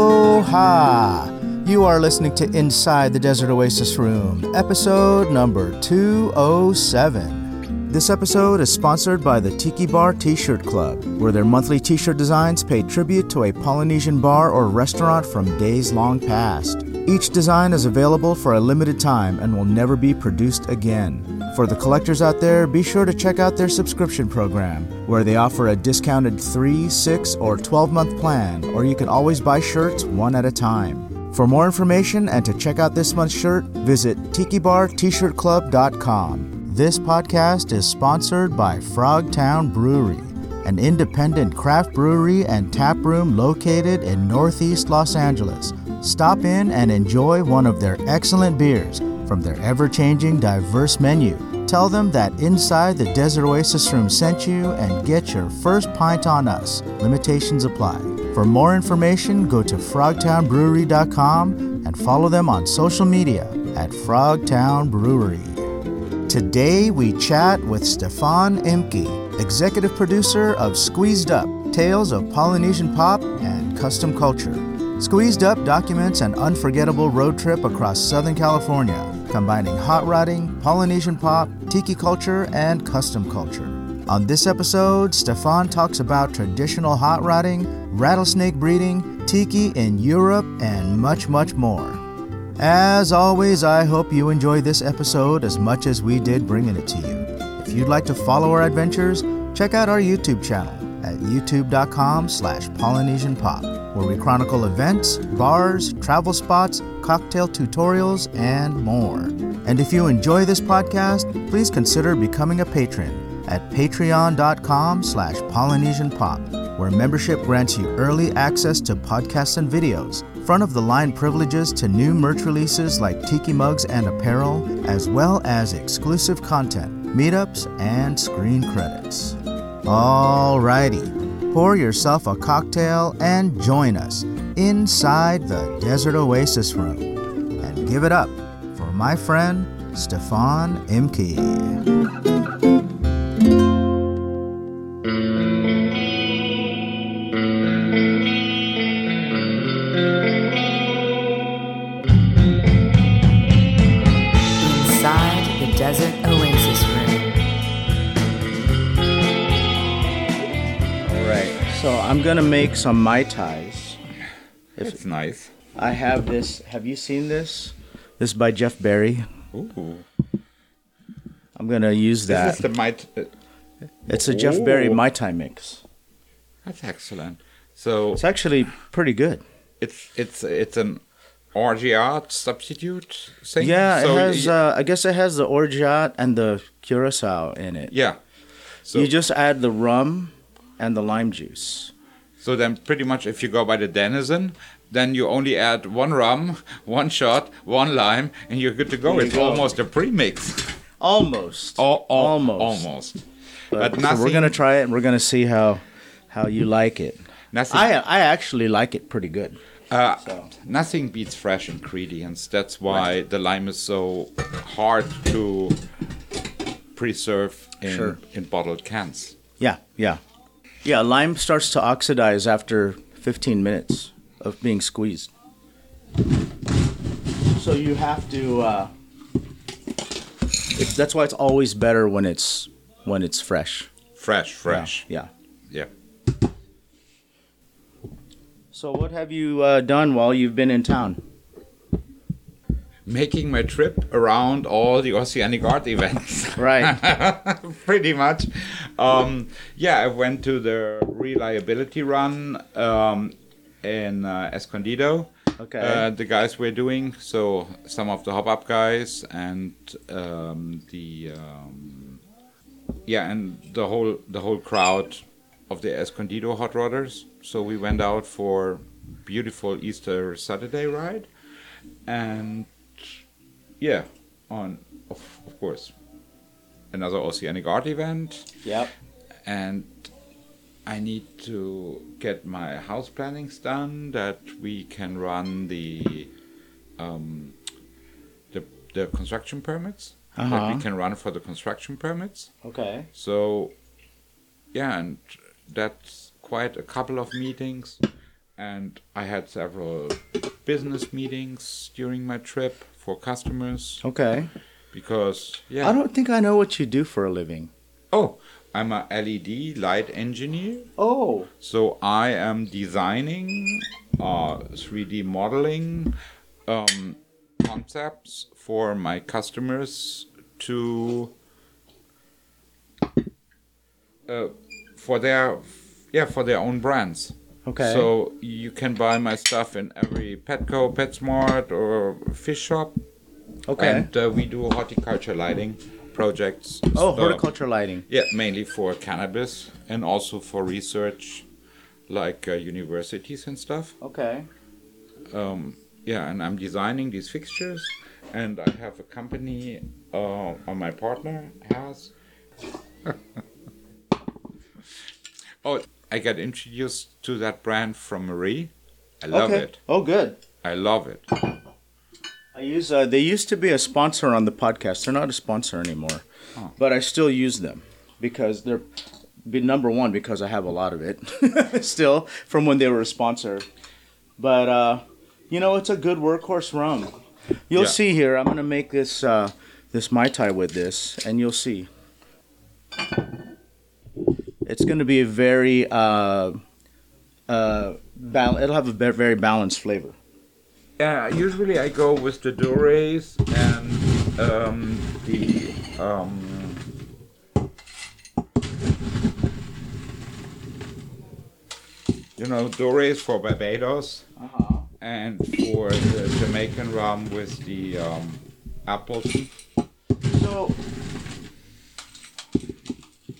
Aloha! You are listening to Inside the Desert Oasis Room, episode number 207. This episode is sponsored by the Tiki Bar T shirt club, where their monthly t shirt designs pay tribute to a Polynesian bar or restaurant from days long past. Each design is available for a limited time and will never be produced again. For the collectors out there, be sure to check out their subscription program, where they offer a discounted 3, 6, or 12 month plan, or you can always buy shirts one at a time. For more information and to check out this month's shirt, visit tikibartshirtclub.com. This podcast is sponsored by Frogtown Brewery, an independent craft brewery and tap room located in Northeast Los Angeles. Stop in and enjoy one of their excellent beers from their ever changing, diverse menu. Tell them that Inside the Desert Oasis Room sent you and get your first pint on us. Limitations apply. For more information, go to frogtownbrewery.com and follow them on social media at Frogtown Brewery. Today we chat with Stefan Imke, executive producer of Squeezed Up Tales of Polynesian Pop and Custom Culture. Squeezed Up documents an unforgettable road trip across Southern California, combining hot rodding, Polynesian pop, tiki culture, and custom culture. On this episode, Stefan talks about traditional hot rodding, rattlesnake breeding, tiki in Europe, and much, much more. As always, I hope you enjoy this episode as much as we did bringing it to you. If you'd like to follow our adventures, check out our YouTube channel at youtube.com slash Polynesian Pop, where we chronicle events, bars, travel spots, cocktail tutorials, and more. And if you enjoy this podcast, please consider becoming a patron at patreon.com slash Polynesian Pop, where membership grants you early access to podcasts and videos, front-of-the-line privileges to new merch releases like tiki mugs and apparel, as well as exclusive content, meetups, and screen credits. Alrighty, pour yourself a cocktail and join us inside the Desert Oasis Room. And give it up for my friend, Stefan Imke. Inside the Desert Oasis Room. Alright, so I'm gonna make some Mai Tais. It's nice. I have this, have you seen this? This is by Jeff Berry. Ooh. I'm gonna use This that. is the might. uh, it's a Jeff Berry Ooh. Mai Tai mix. That's excellent. So It's actually pretty good. it's it's it's an RGR substitute thing. Yeah, so it has. y- Uh, I guess it has the orgeat and the curacao in it. yeah. So you just add the rum and the lime juice. so then pretty much if you go by the denizen, then you only add one rum, one shot, one lime, and you're good to go. There you It's go. almost a pre-mix. Almost. Al- al- almost. Almost. But, But so we're nothing- gonna try it. and We're gonna see how how you like it. Nothing. I I actually like it pretty good. Uh, So. Nothing beats fresh ingredients. That's why the lime is so hard to preserve in, Sure. in bottled cans. Yeah, yeah, yeah. Lime starts to oxidize after 15 minutes of being squeezed. So you have to. Uh, it's that's why it's always better when it's when it's fresh. Fresh, fresh. Yeah. Yeah. So what have you uh, done while you've been in town? Making my trip around all the Oceanic art events. Right. Pretty much. Um, yeah, I went to the reliability run um, in uh, Escondido. Okay. Uh, the guys were doing so some of the hop up guys and um, the um, yeah and the whole the whole crowd of the Escondido hot rodders. So we went out for beautiful Easter Saturday ride and yeah on of, of course another oceanic art event yep. and I need to get my house plannings done that we can run the um, the, the construction permits that Uh-huh. we can run for the construction permits. Okay. So yeah, and that's quite a couple of meetings, and I had several business meetings during my trip for customers Okay. because yeah. I don't think I know what you do for a living. oh, I'm a LED light engineer, Oh. so I am designing uh, 3D modeling um, concepts for my customers to uh, for their yeah for their own brands. Okay. So you can buy my stuff in every Petco, PetSmart, or fish shop. okay. And uh, we do horticulture lighting projects. oh, So- horticulture lighting. Yeah, mainly for cannabis and also for research, like uh, universities and stuff. Okay. Um, yeah, and I'm designing these fixtures, and I have a company, uh, or my partner has. oh, I got introduced to that brand from Marie. I love okay. it. Oh, good. I love it. I use. Uh, they used to be a sponsor on the podcast. They're not a sponsor anymore, but I still use them because they're be number one because I have a lot of it still from when they were a sponsor. But uh, you know, it's a good workhorse rum. You'll Yeah. see here. I'm gonna make this uh, this mai tai with this, and you'll see. It's gonna be a very uh, uh, bal- it'll have a be- very balanced flavor. Yeah, usually I go with the Durays and um, the um, you know Durays for Barbados Uh huh. and for the Jamaican rum with the um, Appleton. So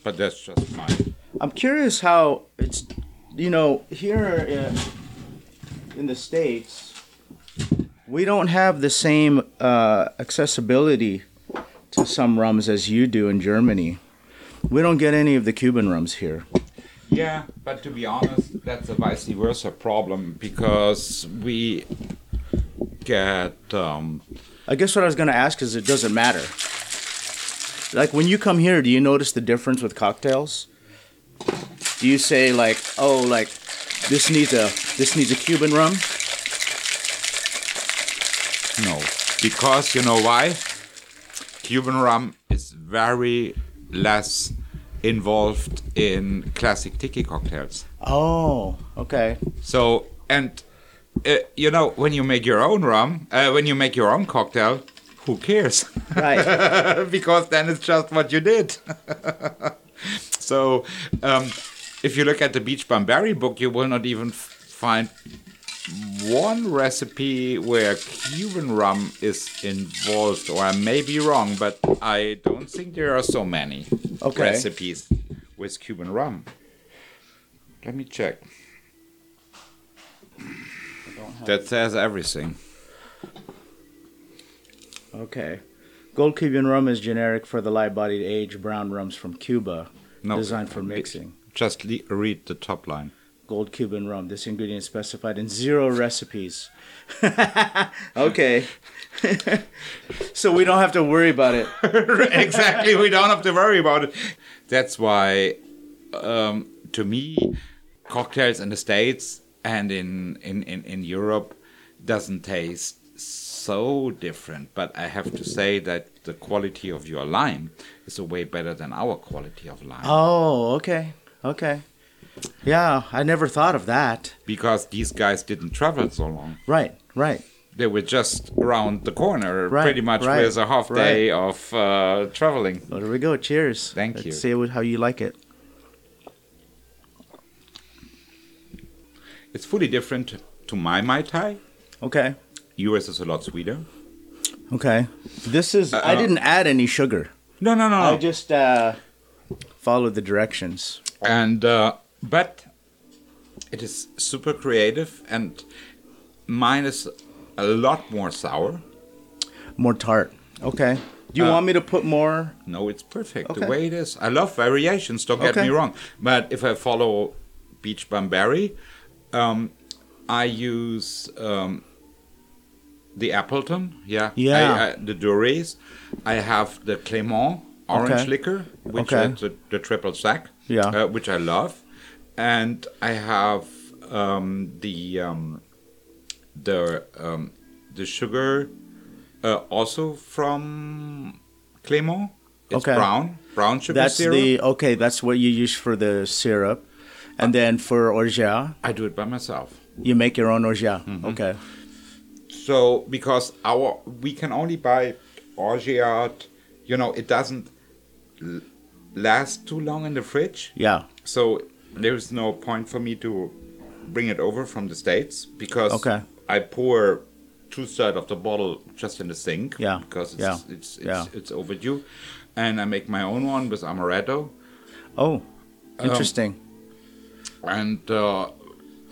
But that's just mine. I'm curious how it's, you know, here in, in the States, we don't have the same uh, accessibility to some rums as you do in Germany. We don't get any of the Cuban rums here. Yeah, but to be honest, that's a vice versa problem because we get um, I guess what I was going to ask is it doesn't matter. Like when you come here, do you notice the difference with cocktails? Do you say like, "Oh, like this needs a this needs a Cuban rum?" No, because you know why? Cuban rum is very less involved in classic tiki cocktails. Oh, okay. So, and uh, you know, when you make your own rum, uh, when you make your own cocktail, who cares? Right. because then it's just what you did. so, um, if you look at the Beach Bum Berry book, you will not even f- find one recipe where Cuban rum is involved, or I may be wrong, but I don't think there are so many Okay. recipes with Cuban rum. Let me check. That says everything. Okay. Gold Cuban rum is generic for the light bodied aged brown rums from Cuba, No. designed for mixing. Just le- read the top line. Gold Cuban rum. This ingredient is specified in zero recipes. okay. so we don't have to worry about it. exactly. We don't have to worry about it. That's why, um, to me, cocktails in the States and in, in, in, in Europe doesn't taste so different. But I have to say that the quality of your lime is a way better than our quality of lime. Oh, okay. Okay. Yeah, I never thought of that. Because these guys didn't travel so long. Right, right. They were just around the corner, Right, pretty much right, with a half day of uh, traveling. Well, there we go. Cheers. Thank Let's you. See what- how you like it. It's fully different to my Mai Tai. Okay. Yours is a lot sweeter. Okay. This is. Uh, I didn't add any sugar. No, no, no. no. I just uh, followed the directions. and uh, but it is super creative and mine is a lot more sour More tart. Okay. Do you Uh, want me to put more? no it's perfect Okay. the way it is i love variations don't get Okay. me wrong but if i follow beach bamberry um, i use um, the appleton yeah Yeah. I, I, the durés i have the clément orange Okay. liquor which Okay. is the, the triple sec Yeah. uh, which i love and i have um, the um, the um, the sugar uh, also from Clément. It's Okay. brown brown sugar That's syrup. the okay. That's what you use for the syrup, and then for orgeat, I do it by myself. you make your own orgeat. Okay. So because our we can only buy Orgeat, you know, it doesn't l- last too long in the fridge. Yeah. So there's no point for me to bring it over from the states because Okay. I pour two thirds of the bottle just in the sink. Yeah, Because it's yeah, it's it's, yeah. it's overdue, and I make my own one with amaretto Oh, interesting. and uh,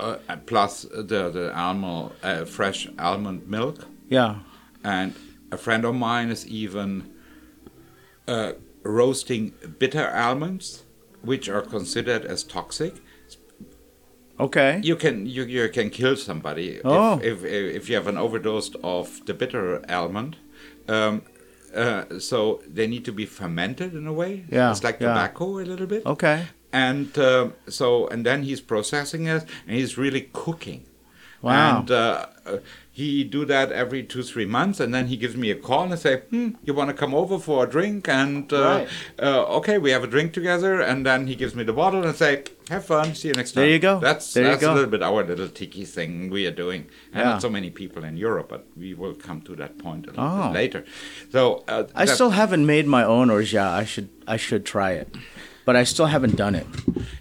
uh, plus the the almond uh, fresh almond milk. yeah. And a friend of mine is even uh, roasting bitter almonds, which are considered as toxic. Okay. You can you, you can kill somebody Oh. if, if if you have an overdose of the bitter almond. Um, uh, so they need to be fermented in a way. Yeah, it's like yeah. tobacco a little bit. Okay. And um so and then he's processing it and he's really cooking. Wow. And uh, uh, he do that every two three months, and then he gives me a call and say, "Hmm, you want to come over for a drink?" And uh, Right. uh, okay, we have a drink together, and then he gives me the bottle and say, "Have fun, see you next time." There you go. That's There you that's go. a little bit our little tiki thing we are doing, and Yeah. not so many people in Europe, but we will come to that point a little Oh. bit later. So uh, I that- still haven't made my own orgeat. I should I should try it, but I still haven't done it.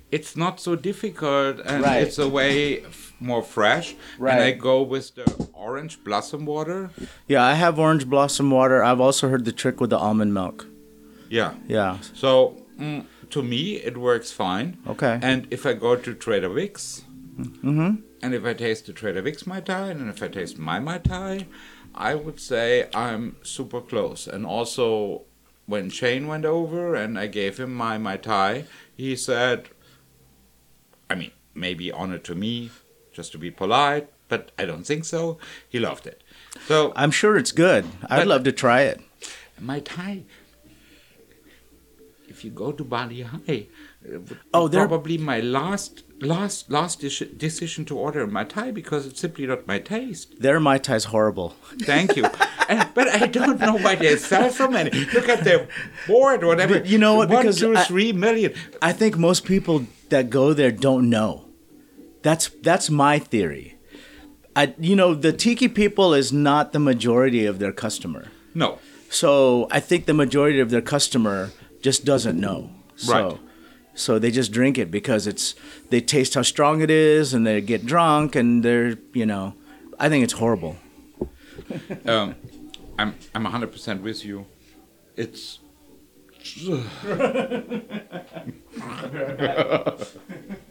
it's not so difficult and Right. it's a way f- more fresh and i Right. go with the orange blossom water Yeah, I have orange blossom water. I've also heard the trick with the almond milk. yeah Yeah. so mm, to me it works fine Okay. Mm-hmm. and if i go to trader vic's and if i taste the trader vic's mai tai and if i taste my mai tai i would say i'm super close and also when shane went over and i gave him my mai tai he said i mean maybe honor to me just to be polite but i don't think so he loved it so I'm sure it's good. I'd But- love to try it. Mai Tai. If you go to Bali High, uh, would Oh, be they're- probably my last, last, last deci- decision to order a Mai Tai because it's simply not my taste. Their mai tai's horrible. Thank you. and, but I don't know why they sell so many. Look at their board, whatever. But you know what? One, Because two, I- three million. I think most people that go there don't know. That's that's my theory. I you know the tiki people is not the majority of their customer. No, So I think the majority of their customer just doesn't know. So, Right. So they just drink it because it's they taste how strong it is and they get drunk and they're you know I think it's horrible. um, I'm I'm 100 percent with you. It's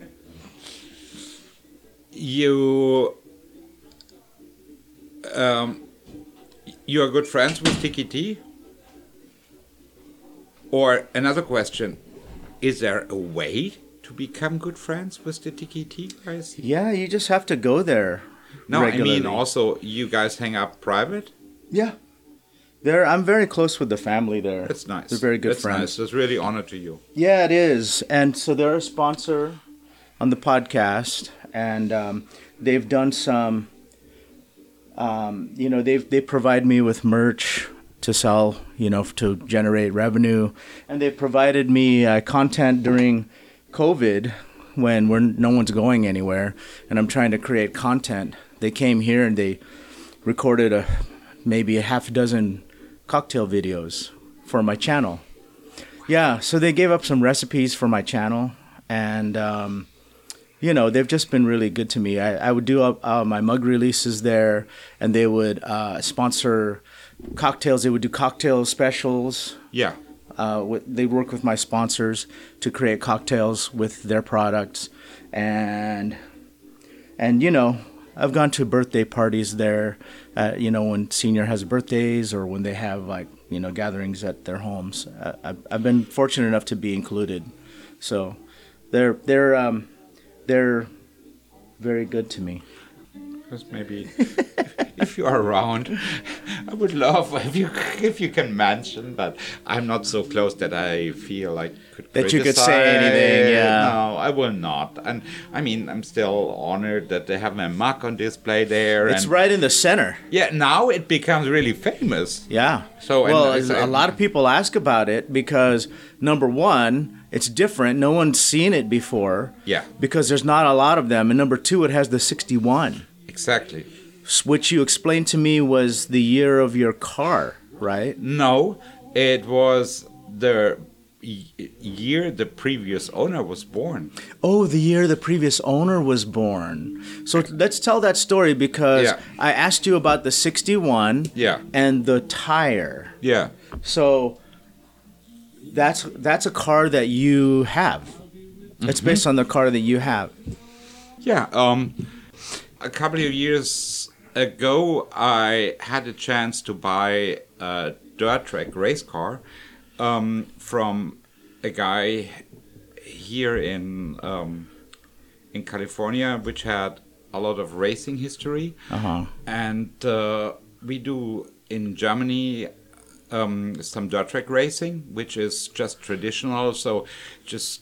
you. Um, you are good friends with Tiki T. Or another question: Is there a way to become good friends with the Tiki T guys? Yeah, you just have to go there. No, I mean regularly. also you guys hang out private. yeah. There, I'm very close with the family there. That's nice. They're very good That's friends. Nice. That's really honor to you. Yeah, it is. And so they're a sponsor on the podcast, and um, they've done some. Um, you know, they've they provide me with merch to sell. You know, to generate revenue, and they provided me uh, content during COVID when we're no one's going anywhere, and I'm trying to create content. They came here and they recorded a maybe a half dozen cocktail videos for my channel. Yeah, so they gave up some recipes for my channel, and um, you know they've just been really good to me. I, I would do uh, uh, my mug releases there, and they would uh, sponsor cocktails. They would do cocktail specials. Yeah. Uh, with, they work with my sponsors to create cocktails with their products, and and you know I've gone to birthday parties there. Uh, you know when senior has birthdays or when they have like you know gatherings at their homes. Uh, I've, I've been fortunate enough to be included, so they're they're um, they're very good to me. Because maybe if you are around, I would love if you if you can mention that I'm not so close that I feel I could That you could say anything, criticize. yeah. No, I will not. And I mean, I'm still honored that they have my mug on display there. It's and right in the center. Yeah, now it becomes really famous. Yeah. So, and well, it's- a lot of people ask about it because number one, it's different. No one's seen it before. Yeah. Because there's not a lot of them, and number two, it has the '61, Exactly. which you explained to me was the year of your car, right? No, it was the y- year the previous owner was born. Oh, the year the previous owner was born. So let's tell that story because Yeah. I asked you about the '61. Yeah. And the tire. Yeah. So that's that's a car that you have. It's Mm-hmm. based on the car that you have. Yeah. Um, a couple of years ago, I had a chance to buy a dirt track race car um, from a guy here in um, in California, which had a lot of racing history, and uh, we do in Germany um, some dirt track racing, which is just traditional. So, just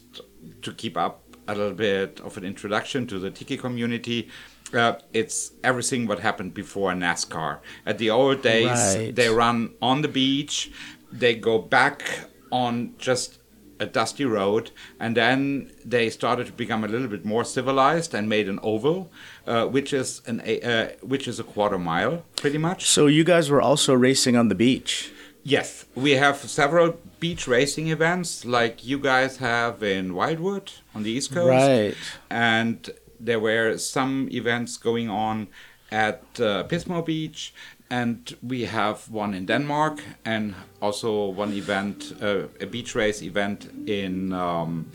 to keep up a little bit of an introduction to the Tiki community, uh, it's everything what happened before NASCAR. At the old days, Right. they run on the beach, they go back on just a dusty road, and then they started to become a little bit more civilized and made an oval, uh, which is an a, uh, which is a quarter mile, pretty much. So you guys were also racing on the beach. Yes, we have several beach racing events like you guys have in Wildwood on the East Coast. Right. And there were some events going on at uh, Pismo Beach, and we have one in Denmark, and also one event, uh, a beach race event in um,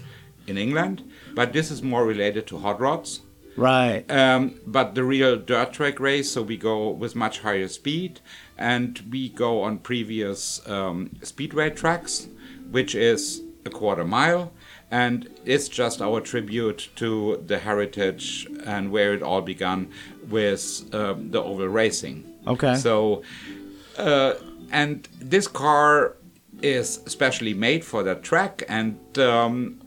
in England. But this is more related to hot rods. Right. Um, but the real dirt track race, so we go with much higher speed and we go on previous um, speedway tracks, which is a quarter mile. And it's just our tribute to the heritage and where it all began with um, the oval racing. Okay. So, uh, and this car is specially made for that track. And um,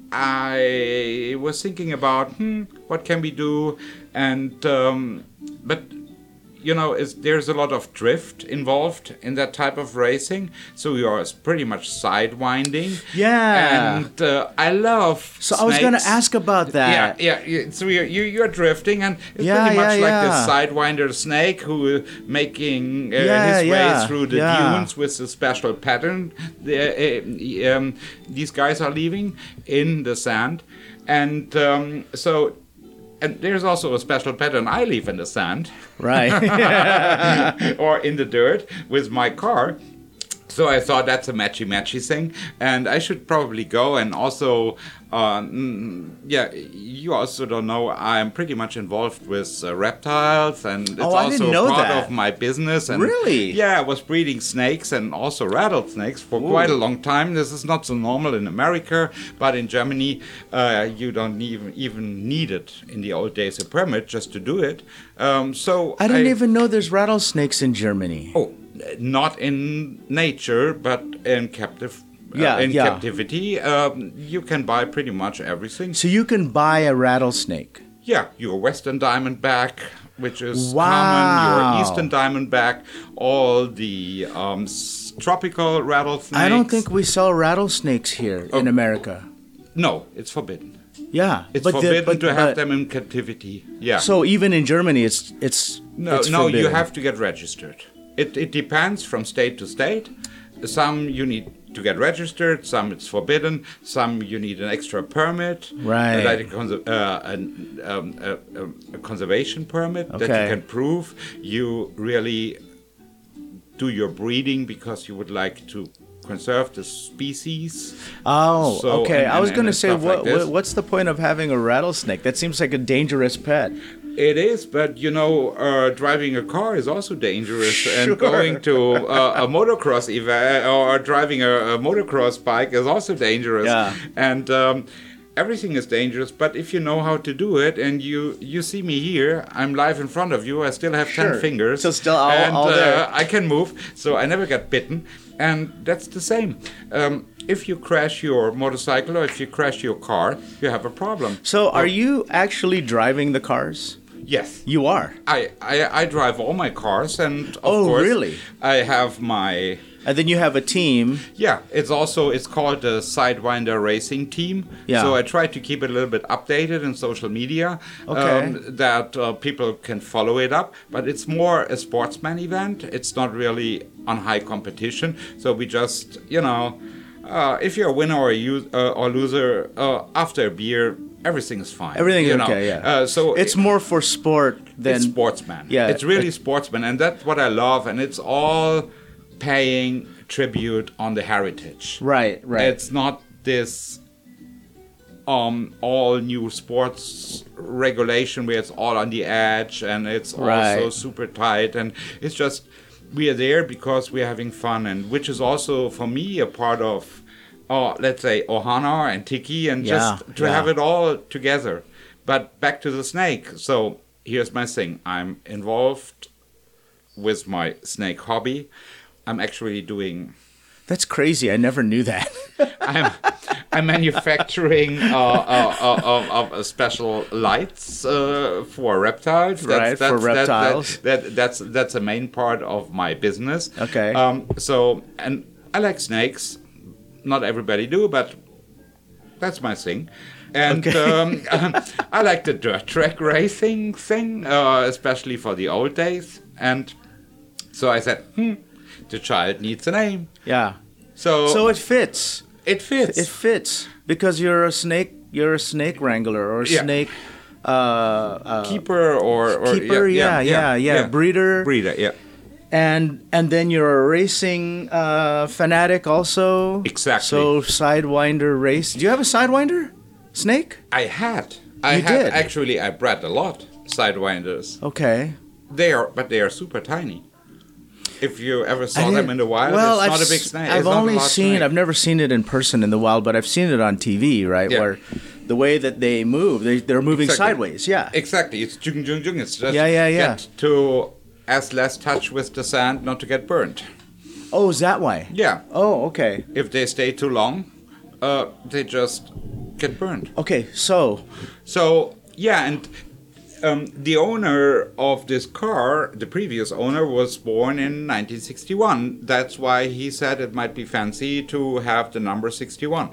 I was thinking about, hmm, what can we do? And um, but you know, is there's a lot of drift involved in that type of racing, so you are pretty much sidewinding. Yeah. And uh, I love. So I was going to snakes. ask about Yeah, that. yeah. yeah, So you're you, you're drifting, and it's Yeah, pretty much yeah, like the yeah. sidewinder snake who is making uh, Yeah, his yeah, way through the yeah. dunes with a special pattern. The, uh, um, these guys are leaving in the sand, and um, so. And there's also a special pattern I leave in the sand Right. or in the dirt with my car. So I thought that's a matchy matchy thing, and I should probably go. And also, uh, mm, yeah, you also don't know I'm pretty much involved with uh, reptiles, and it's Oh, I also didn't know part that. of my business. And Really? Yeah, I was breeding snakes and also rattlesnakes for quite a long time. This is not so normal in America, but in Germany, uh, you don't even even need it in the old days a permit just to do it. Um, so I didn't even know there's rattlesnakes in Germany. Oh, not in nature, but in captive. Yeah, uh, in yeah. captivity, um, you can buy pretty much everything. So you can buy a rattlesnake. Yeah, your Western Diamondback, which is common, Wow. your Eastern Diamondback, all the um, s- tropical rattlesnakes. I don't think we sell rattlesnakes here in Oh. America. No, it's forbidden. Yeah. It's but the- forbidden but- to have but- them in captivity. Yeah. So even in Germany, it's it's No, it's no, you forbidden. have to get registered. It, it depends from state to state. Some you need to get registered, some it's forbidden, some you need an extra permit, Right. Like a, conser- uh, an, um, a- a, a conservation permit that Okay. you can prove you really do your breeding because you would like to conserve the species. Oh, So, okay. and- I was and- going to and say, stuff like what, this. what, what's the point of having a rattlesnake? That seems like a dangerous pet. It is, but you know, uh, driving a car is also dangerous, Sure. and going to uh, a motocross event or driving a, a motocross bike is also dangerous. Yeah. And um, everything is dangerous, but if you know how to do it, and you you see me here, I'm live in front of you. I still have Sure. ten fingers, So still all- and all uh, there. I can move. So I never got bitten, and that's the same. Um, if you crash your motorcycle or if you crash your car, you have a problem. So, are you actually driving the cars? Yes. You are. I, I, I drive all my cars and of Oh, course really? I have my And then you have a team. Yeah, it's also it's called the Sidewinder Racing Team. Yeah. So I try to keep it a little bit updated in social media Okay. that uh, people can follow it up. But it's more a sportsman event. It's not really on high competition. So we just you know, uh, if you're a winner or a u- uh, or loser uh, after a beer, everything's fine. Everything's you know. okay, yeah. Uh, so it's more for sport than it's sportsman. Yeah, it's really sportsman, and that's what I love. And it's all paying tribute on the heritage. Right, right. It's not this um all new sports regulation where it's all on the edge and it's also Right. super tight and it's just we are there because we're having fun and which is also for me a part of oh let's say ohana and tiki and Yeah, just to yeah. have it all together but back to the snake so here's my thing i'm involved with my snake hobby i'm actually doing That's crazy. I never knew that. I'm, I'm manufacturing uh, uh, uh, of, of uh, special lights uh, for reptiles. Right, for that- that- reptiles. That, that's that's a main part of my business. Okay. Um, so and I like snakes. Not everybody do, but that's my thing. And um, I like the dirt track racing thing, uh, especially for the old days. And so I said, hmm, the child needs a name. yeah. So, So it fits. it fits. It fits because you're a snake. You're a snake wrangler or a Yeah. snake uh, uh, keeper or, or keeper. Yeah yeah yeah, Breeder. breeder yeah And and then you're a racing uh, fanatic also. Exactly. So sidewinder race. Do you have a sidewinder snake? i had i You had did. actually i bred a lot sidewinders Okay. they are but they are super tiny if you ever I saw them didn't- in the wild it's not I've a big s- snake I've it's not a only large seen. snake. I've never seen it in person in the wild, but I've seen it on TV. Right, Yeah. where the way that they move, they they're moving Exactly. sideways. Yeah. exactly it's jung jung jung it's just Yeah, yeah, yeah. get to as less touch with the sand not to get burnt oh, is that why? yeah Oh, okay. if they stay too long uh, they just get burned Okay, so So yeah, and um, the owner of this car, the previous owner, was born in 1961. That's why he said it might be fancy to have the number 61.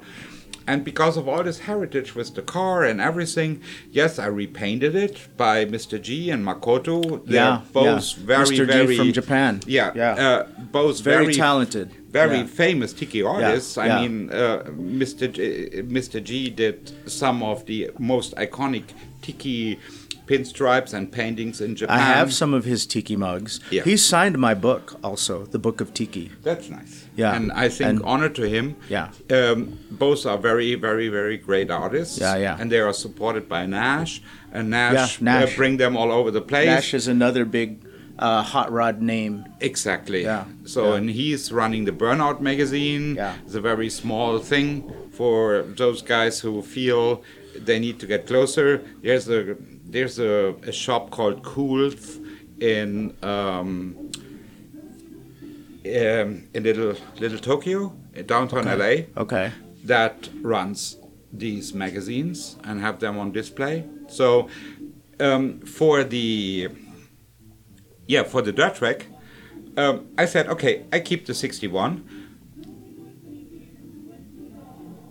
And because of all this heritage with the car and everything, yes, I repainted it by Mr. G and Makoto. They're Yeah, both yeah. very, Mr. G very from Japan. Yeah, Yeah. Uh, both very, very, talented. very Yeah. famous tiki artists. I yeah. mean, uh, Mr. G, Mr. G did some of the most iconic tiki pinstripes and paintings in Japan. I have some of his tiki mugs. Yeah. He signed my book also, the book of tiki. That's nice. Yeah, and I think and- honor to him. Yeah. um, both are very, very, very great artists. Yeah, yeah. and they are supported by Nash, and Nash, Yeah, Nash. Uh, bring them all over the place. Nash is another big uh, hot rod name. Exactly. Yeah, So, yeah. and he's running the Burnout magazine. Yeah. It's a very small thing for those guys who feel they need to get closer. There's a there's a, a shop called Cool's in um, um, in little little Tokyo, in downtown LA Okay. that runs these magazines and have them on display. So um, for the yeah for the dirt track, um, I said okay, I keep the sixty-one.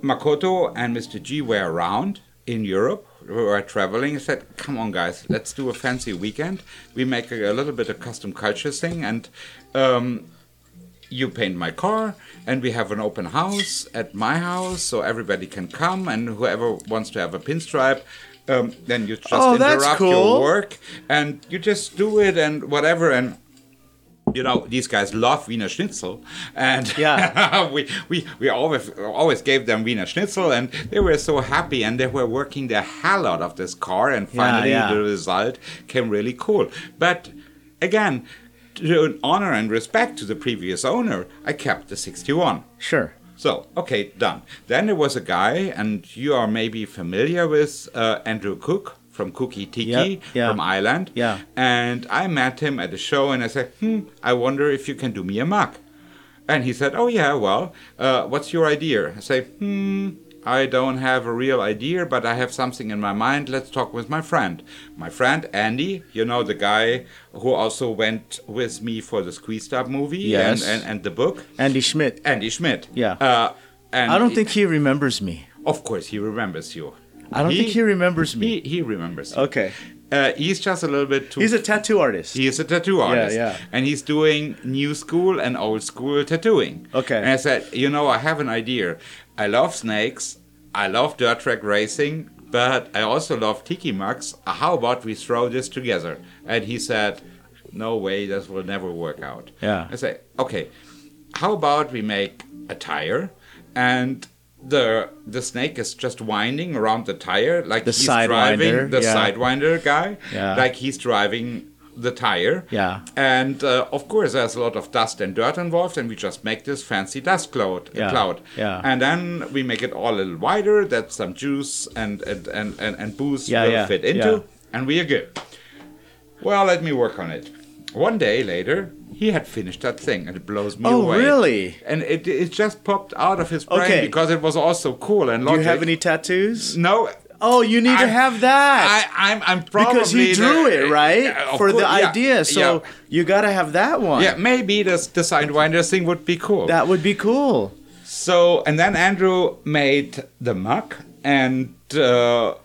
Makoto and Mr. G were around in Europe. We were traveling. I said, "Come on, guys, let's do a fancy weekend. We make a, a little bit of custom culture thing, and um, you paint my car, and we have an open house at my house, so everybody can come, and whoever wants to have a pinstripe." Um, then you just Oh, that's interrupt cool. your work and you just do it and whatever and you know these guys love Wiener Schnitzel, and Yeah. we, we we always always gave them Wiener Schnitzel, and they were so happy, and they were working the hell out of this car, and finally yeah. the result came really cool. But again, to honor and respect to the previous owner, I kept the sixty-one. Sure. So, okay, done. Then there was a guy, and you are maybe familiar with uh, Andrew Cook from Cookie Tiki Yep, yeah. from Ireland. Yeah. And I met him at a show, and I said, hmm, I wonder if you can do me a mug. And he said, oh, yeah, well, uh, what's your idea? I say, hmm, I don't have a real idea, but I have something in my mind. Let's talk with my friend. My friend, Andy, you know, the guy who also went with me for the Squeezed Up movie Yes. and, and, and the book. Andy Schmidt. Andy Schmidt. Yeah. Uh, and I don't think he remembers me. Of course, he remembers you. I don't think he remembers He, me. he remembers. you. Okay. Uh, he's just a little bit too. He's a tattoo artist. he is a tattoo artist. yeah. And he's doing new school and old school tattooing. Okay. And I said, you know, I have an idea. I love snakes. I love dirt track racing, but I also love tiki mugs. How about we throw this together? And he said, no way, this will never work out. Yeah. I say, okay, how about we make a tire and the the snake is just winding around the tire like The he's driving sidewinder, the yeah. sidewinder guy Yeah. like he's driving the tire Yeah. and uh, of course there's a lot of dust and dirt involved and we just make this fancy dust cloud uh, Yeah. cloud Yeah. and then we make it all a little wider that some juice and and and and, and booze Yeah, will yeah, fit into yeah. and we are good well let me work on it one day later he had finished that thing and it blows me Oh, away really? and it, it just popped out of his brain Okay. because it was also cool and Do logic. you have any tattoos? no Oh, you need I- to have that. I, I'm, I'm probably because he drew the- it, right? Yeah, of For the course, yeah, idea. So yeah. you got to have that one. Yeah, maybe this the Sidewinder thing would be cool. That would be cool. so, and then Andrew made the mug, and uh,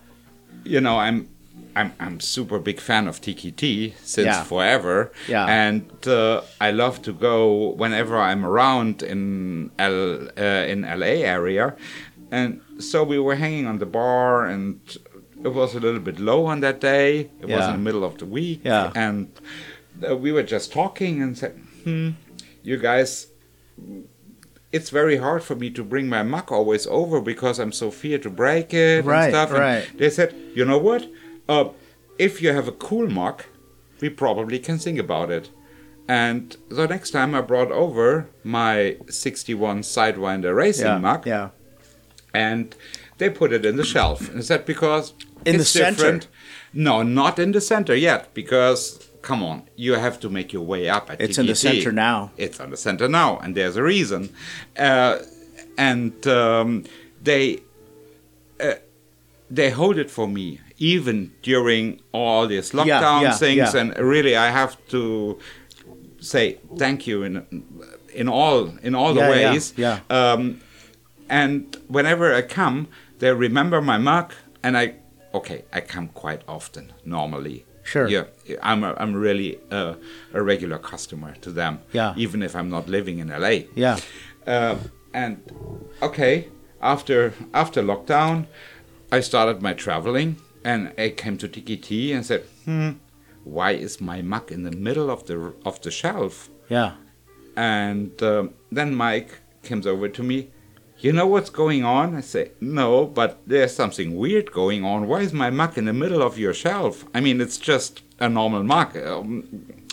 you know, I'm, I'm, I'm super big fan of TKT since Yeah. forever. Yeah. and uh, I love to go whenever I'm around in L, uh, in LA area, and so we were hanging on the bar, and it was a little bit low on that day. It was Yeah. in the middle of the week, Yeah. and uh, we were just talking and said, "Hmm, you guys." it's very hard for me to bring my mug always over because I'm so feared to break it Right, and stuff. And right. they said, you know what? Uh, if you have a cool mug, we probably can think about it. And so next time I brought over my 61 Sidewinder racing Yeah. mug Yeah. and they put it in the shelf. And I said, because In it's the center? different. No, not in the center yet because. Come on, you have to make your way up. At It's in the TKT. center now. It's on the center now, and there's a reason. Uh, and um, they uh, they hold it for me even during all these lockdown yeah, things, yeah. and really, I have to say thank you in in all in all the Yeah, yeah, ways. yeah. Um, and whenever I come, they remember my mug, and I okay, I come quite often normally. Sure. Yeah, I'm a, I'm really a, a regular customer to them. Yeah. Even if I'm not living in LA. Yeah. Uh, and okay, after after lockdown, I started my traveling, and I came to Tiki T and said, hmm, why is my mug in the middle of the of the shelf? Yeah. And um, then Mike comes over to me. You know what's going on? I say, no, but there's something weird going on. Why is my mug in the middle of your shelf? I mean, it's just a normal mug. Um,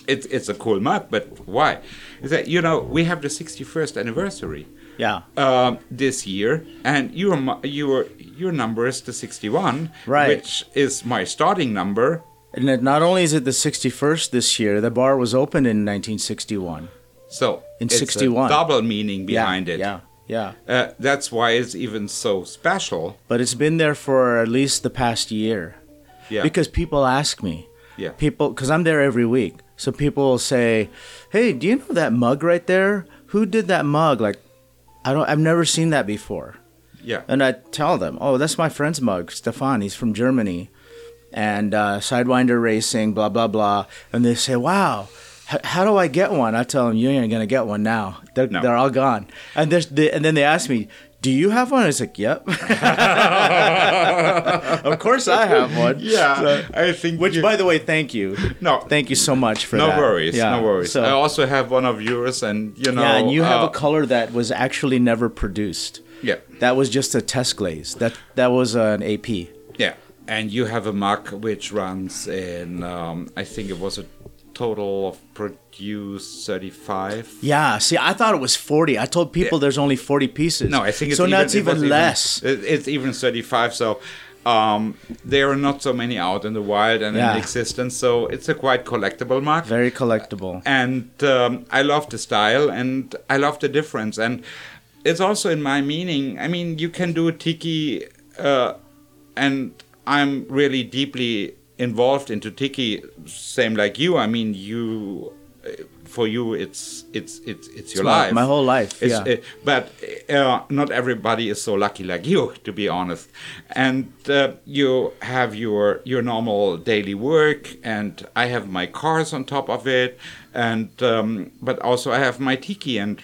it's, it's a cool mug, but why? He said, you know, we have the 61st anniversary Yeah. um, this year, and your mu- your your number is the 61, Right. which is my starting number. And it- not only is it the 61st this year, the bar was opened in 1961. So In it's a 61. double meaning behind yeah, it. Yeah. Yeah. Uh, that's why it's even so special. But it's been there for at least the past year. Yeah. Because people ask me. yeah. People, because I'm there every week. So people will say, hey, do you know that mug right there? Who did that mug? Like, I don't, I've never seen that before. yeah. And I tell them, oh, that's my friend's mug, Stefan. He's from Germany. And uh, Sidewinder Racing, blah, blah, blah. And they say, wow, h- how do I get one? I tell them, you ain't going to get one now. They're, No. they're all gone. And, there's the, and then they ask me, do you have one? I was like, yep. of course I have one. yeah, So- I think which, you- by the way, thank you. No. Thank you so much for no that. worries, Yeah, no worries. so- I also have one of yours, and you know, yeah, and you have uh, a color that was actually never produced. Yeah. That was just a test glaze. That that was an AP. yeah, and you have a mug which runs in, um, I think it was a total of produced 35. Yeah, see, I thought it was 40. I told people there's only 40 pieces. No, I think it's so. even, now it's it even was less. it- it's even 35. So um, there are not so many out in the wild and Yeah. in existence. So it's a quite collectible mark. Very Uh, collectible. and um, I love the style and I love the difference. And it's also in my meaning. I mean, you can do tiki, uh, and I'm really deeply involved into tiki, same like you. I mean, you, uh, for you, it's it's it's it's your my- life. my whole life, It's- yeah. uh, but uh, not everybody is so lucky like you, to be honest. And uh, you have your your normal daily work, and I have my cars on top of it, and um, but also I have my tiki and.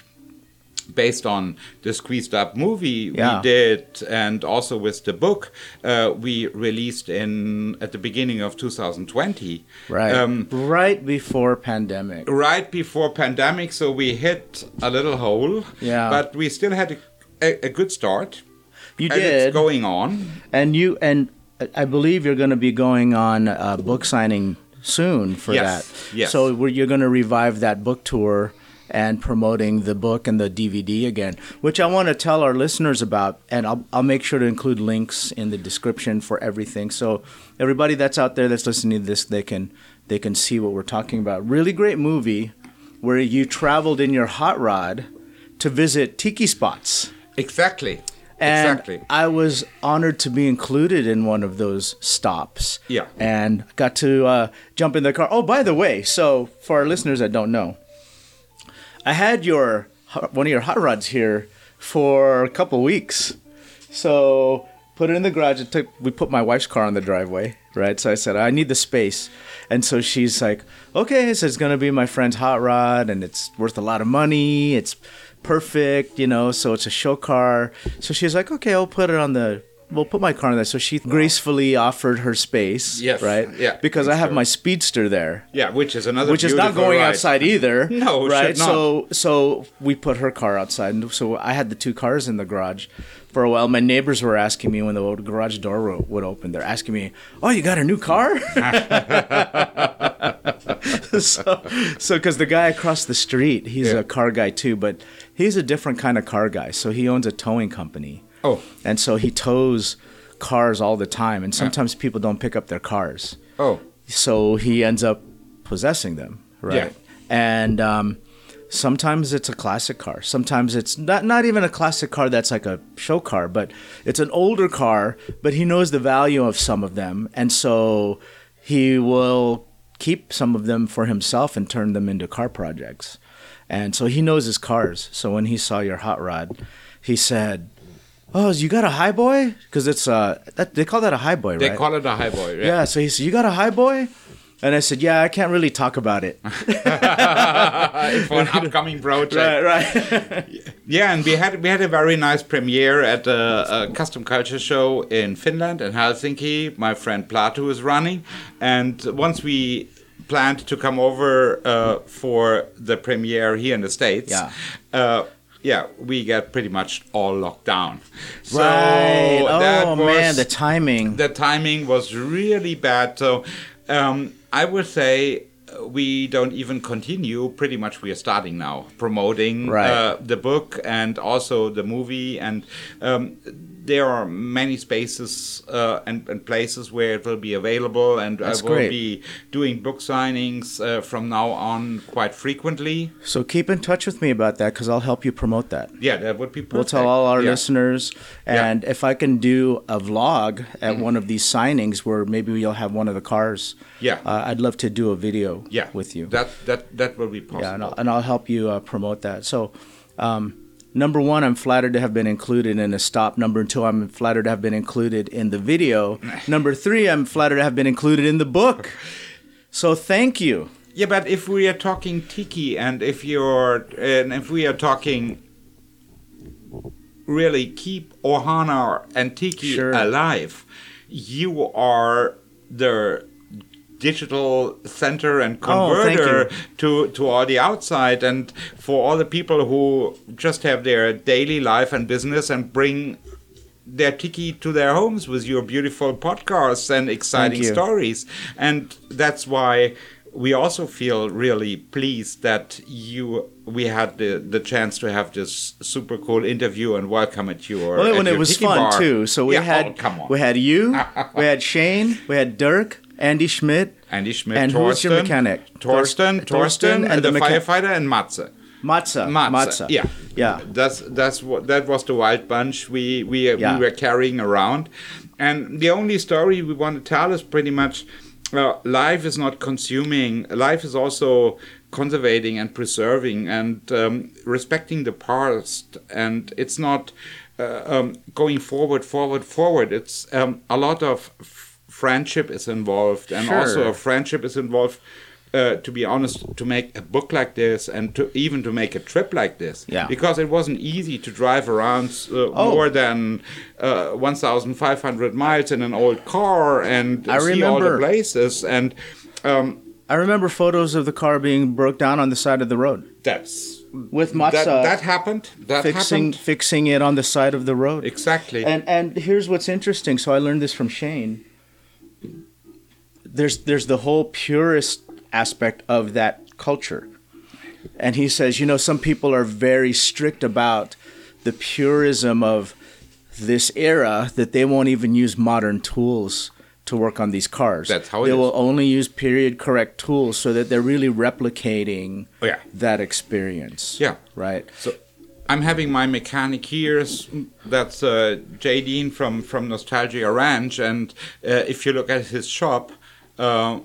Based on the squeezed up movie Yeah. we did, and also with the book uh, we released in at the beginning of 2020, Right. Um, right before pandemic. right before pandemic, so we hit a little hole. Yeah. But we still had a, a, a good start. You and did. It's going on. and you and I- I believe you're going to be going on uh, book signing soon for Yes, that. yes. So we're, you're going to revive that book tour and promoting the book and the DVD again, which I want to tell our listeners about, and I'll I'll make sure to include links in the description for everything. So everybody that's out there that's listening to this, they can they can see what we're talking about. Really great movie where you traveled in your hot rod to visit tiki spots. Exactly. And exactly. I was honored to be included in one of those stops. Yeah. And got to uh, jump in the car. Oh, by the way, so for our listeners that don't know, I had your one of your hot rods here for a couple weeks. So put it in the garage. It took, we put my wife's car on the driveway, right? So I said, I need the space. And so she's like, okay, so it's going to be my friend's hot rod and it's worth a lot of money. It's perfect, you know, so it's a show car. So she's like, okay, I'll put it on the, we'll put my car on there. So she gracefully offered her space, Yes, right? yeah, Because I have sure. my speedster there yeah, which is another which is not beautiful going ride. outside either. No, it right. should not. So so we put her car outside, and so I had the two cars in the garage for a while. My neighbors were asking me when the old garage door ro- would open. They're asking me, "Oh, you got a new car?" so so because the guy across the street, he's Yeah. a car guy too, but he's a different kind of car guy. So he owns a towing company. Oh. and so he tows cars all the time, and sometimes people don't pick up their cars Uh-huh. Oh. so he ends up possessing them, right? Yeah. And um, sometimes it's a classic car. Sometimes it's not not even a classic car that's like a show car, but it's an older car. But he knows the value of some of them, and so he will keep some of them for himself and turn them into car projects. And so he knows his cars. So when he saw your hot rod, he said. Oh, you got a high boy? Because it's uh, that, they call that a high boy, They right? call it a high boy. Yeah. So he said, "You got a high boy?" And I said, "Yeah, I can't really talk about it." Uh, for an upcoming project. right. Yeah, and we had we had a very nice premiere at a, a custom culture show in Finland in Helsinki. My friend Plato is running, and once we planned to come over uh, for the premiere here in the states, Yeah. uh, yeah, we got pretty much all locked down. So right. that Oh man, was- the timing. the timing was really bad. So um, I would say uh, we don't even continue. Pretty much we are starting now promoting Right. uh, the book and also the movie. And um, there are many spaces uh, and, and places where it will be available. And That's I will great. be doing book signings uh, from now on quite frequently. So keep in touch with me about that because I'll help you promote that. Yeah, that would be perfect. We'll tell all our Yeah. listeners, Yeah. Mm-hmm. and if I can do a vlog at one of these signings where maybe you'll have one of the cars, Yeah. uh, I'd love to do a video Yeah, with you. That that that will be possible. yeah, and I'll, and I'll help you uh, promote that. So, um, number one, I'm flattered to have been included in a stop. Number two, I'm flattered to have been included in the video. number three, I'm flattered to have been included in the book. So, thank you. Yeah, but if we are talking tiki, and if you're, and if we are talking really keep Ohana and tiki Sure. alive, you are the digital center and Oh, thank converter to to all the outside and for all the people who just have their daily life and business and bring their tiki to their homes with your beautiful podcasts and exciting you. stories and that's why we also feel really pleased that you we had the, the chance to have this super cool interview and welcome at your Well, at when it your was tiki fun bar. too. So we Yeah, had oh, come on we had you, we had Shane, we had Dirk, Andy Schmidt, Andy Schmidt and Torsten, who was your mechanic? Torsten, Torsten, Thor- and the, mecha- firefighter and Matze. Matza, Matze. Matza. Yeah. yeah. That's that's what that was the wild bunch we we Yeah. we were carrying around, and the only story we want to tell is pretty much, uh, life is not consuming. Life is also conservating and preserving and um, respecting the past, and it's not. Uh, um, going forward, forward, forward. It's um, a lot of f- friendship is involved, and also Sure. a friendship is involved. Uh, to be honest, to make a book like this, and to even to make a trip like this, Yeah. because it wasn't easy to drive around uh, Oh. more than uh, 1,500 miles in an old car and I see all the remember. places. And um, I remember photos of the car being broke down on the side of the road that's with Matza that, that happened. That fixing happened. fixing it on the side of the road. Exactly. And and here's what's interesting. So I learned this from Shane. There's there's the whole purist aspect of that culture, and he says, you know, some people are very strict about the purism of this era that they won't even use modern tools to work on these cars. That's how it they is. will only use period correct tools so that they're really replicating Oh, yeah. that experience. Yeah. Right. So I'm having my mechanic here. s- That's uh, Jay Dean from from Nostalgia Ranch, and uh, if you look at his shop. Uh,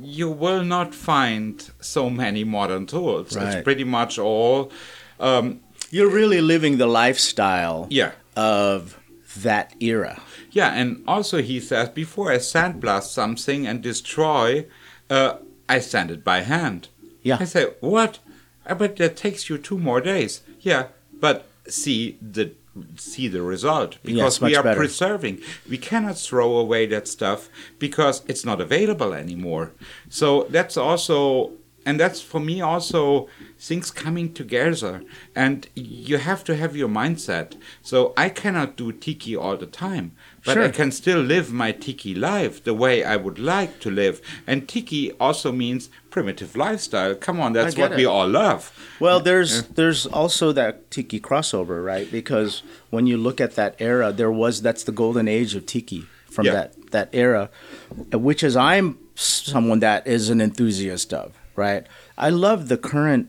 you will not find so many modern tools. It's Right. pretty much all um, You're really living the lifestyle Yeah. of that era. Yeah, and also he says, before I sandblast something and destroy, uh, I sand it by hand. Yeah. I say, what? I bet that takes you two more days. Yeah, but see the see the result because we much are better. preserving. We cannot throw away that stuff because it's not available anymore. So that's also and that's for me also things coming together and you have to have your mindset so i cannot do tiki all the time but I Sure. can still live my tiki life the way I would like to live. And tiki also means primitive lifestyle. Come on, that's get what we it. all love. Well, there's there's also that tiki crossover, right? Because when you look at that era, there was that's the golden age of tiki from Yeah. that that era, uh, which is I'm someone that is an enthusiast of, right? I love the current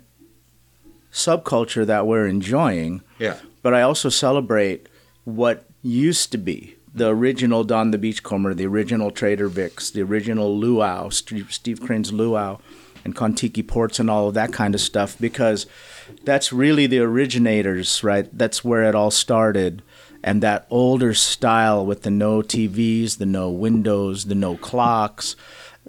subculture that we're enjoying. Yeah. But I also celebrate what used to be the original Don the Beachcomber, the original Trader Vic's, the original Luau, Steve Steve Crane's Luau, and Kontiki Ports and all of that kind of stuff because that's really the originators, right? That's where it all started. And that older style with the no TVs, the no windows, the no clocks,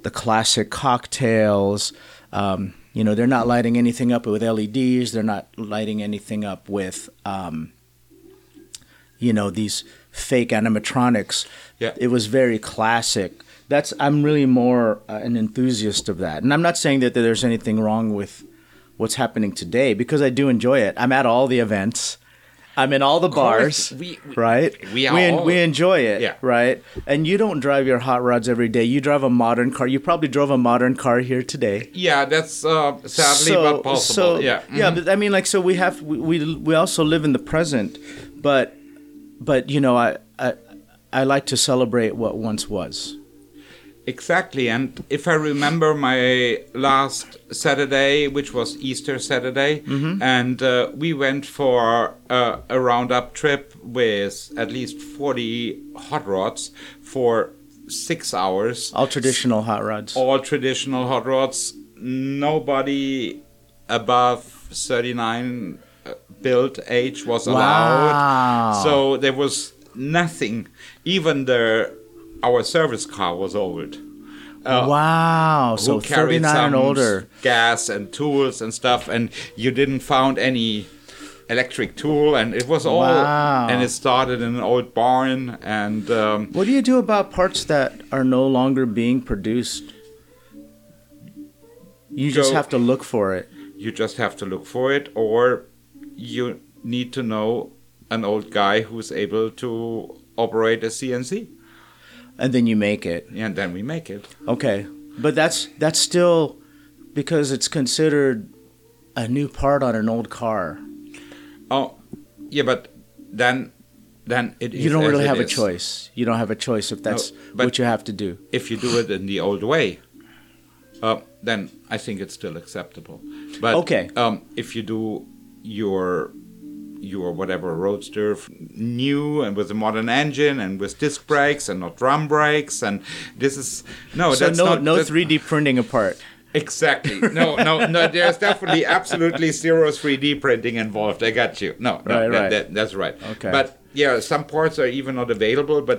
the classic cocktails. Um, you know, they're not lighting anything up with LEDs. They're not lighting anything up with, um, you know, these fake animatronics. Yeah. It was very classic. That's I'm really more uh, an enthusiast of that, and I'm not saying that there's anything wrong with what's happening today because I do enjoy it. I'm at all the events. I'm in all the course, bars, we- we- right? we are we, en- all- we enjoy it, Yeah. right? And you don't drive your hot rods every day. You drive a modern car. You probably drove a modern car here today Yeah, that's uh, sadly but possible. so- yeah. Mm-hmm. yeah, but I mean, like, so we have we, we we also live in the present, but but you know, I I I like to celebrate what once was. Exactly, and if I remember my last Saturday, which was Easter Saturday, and uh, we went for uh, a roundup trip with at least 40 hot rods for six hours. All traditional hot rods. all traditional hot rods. Nobody above 39 uh, build age was allowed. Wow. So there was nothing. Even the our service car was old. Uh, wow, so who carried 39 and some older. gas and tools and stuff, and you didn't found any electric tool, and it was all. Wow. And it started in an old barn, and um, What do you do about parts that are no longer being produced? You just Go- have to look for it. you just have to look for it or you need to know an old guy who's able to operate a cnc And then you make it. and then we make it Okay. But that's that's still because it's considered a new part on an old car. Oh, yeah, but then then it You is don't as really it have a is. choice. You don't have a choice if that's but- what you have to do. If you do it in the old way, uh, then I think it's still acceptable. But Okay. um, if you do your your whatever roadster f- new and with a modern engine and with disc brakes and not drum brakes and this is no So that's no not no that's- 3D printing apart. Exactly. No, no, no. There's definitely absolutely zero 3D printing involved. I got you. No, no Right, that, right. That, that's right. Okay. But yeah, some parts are even not available, but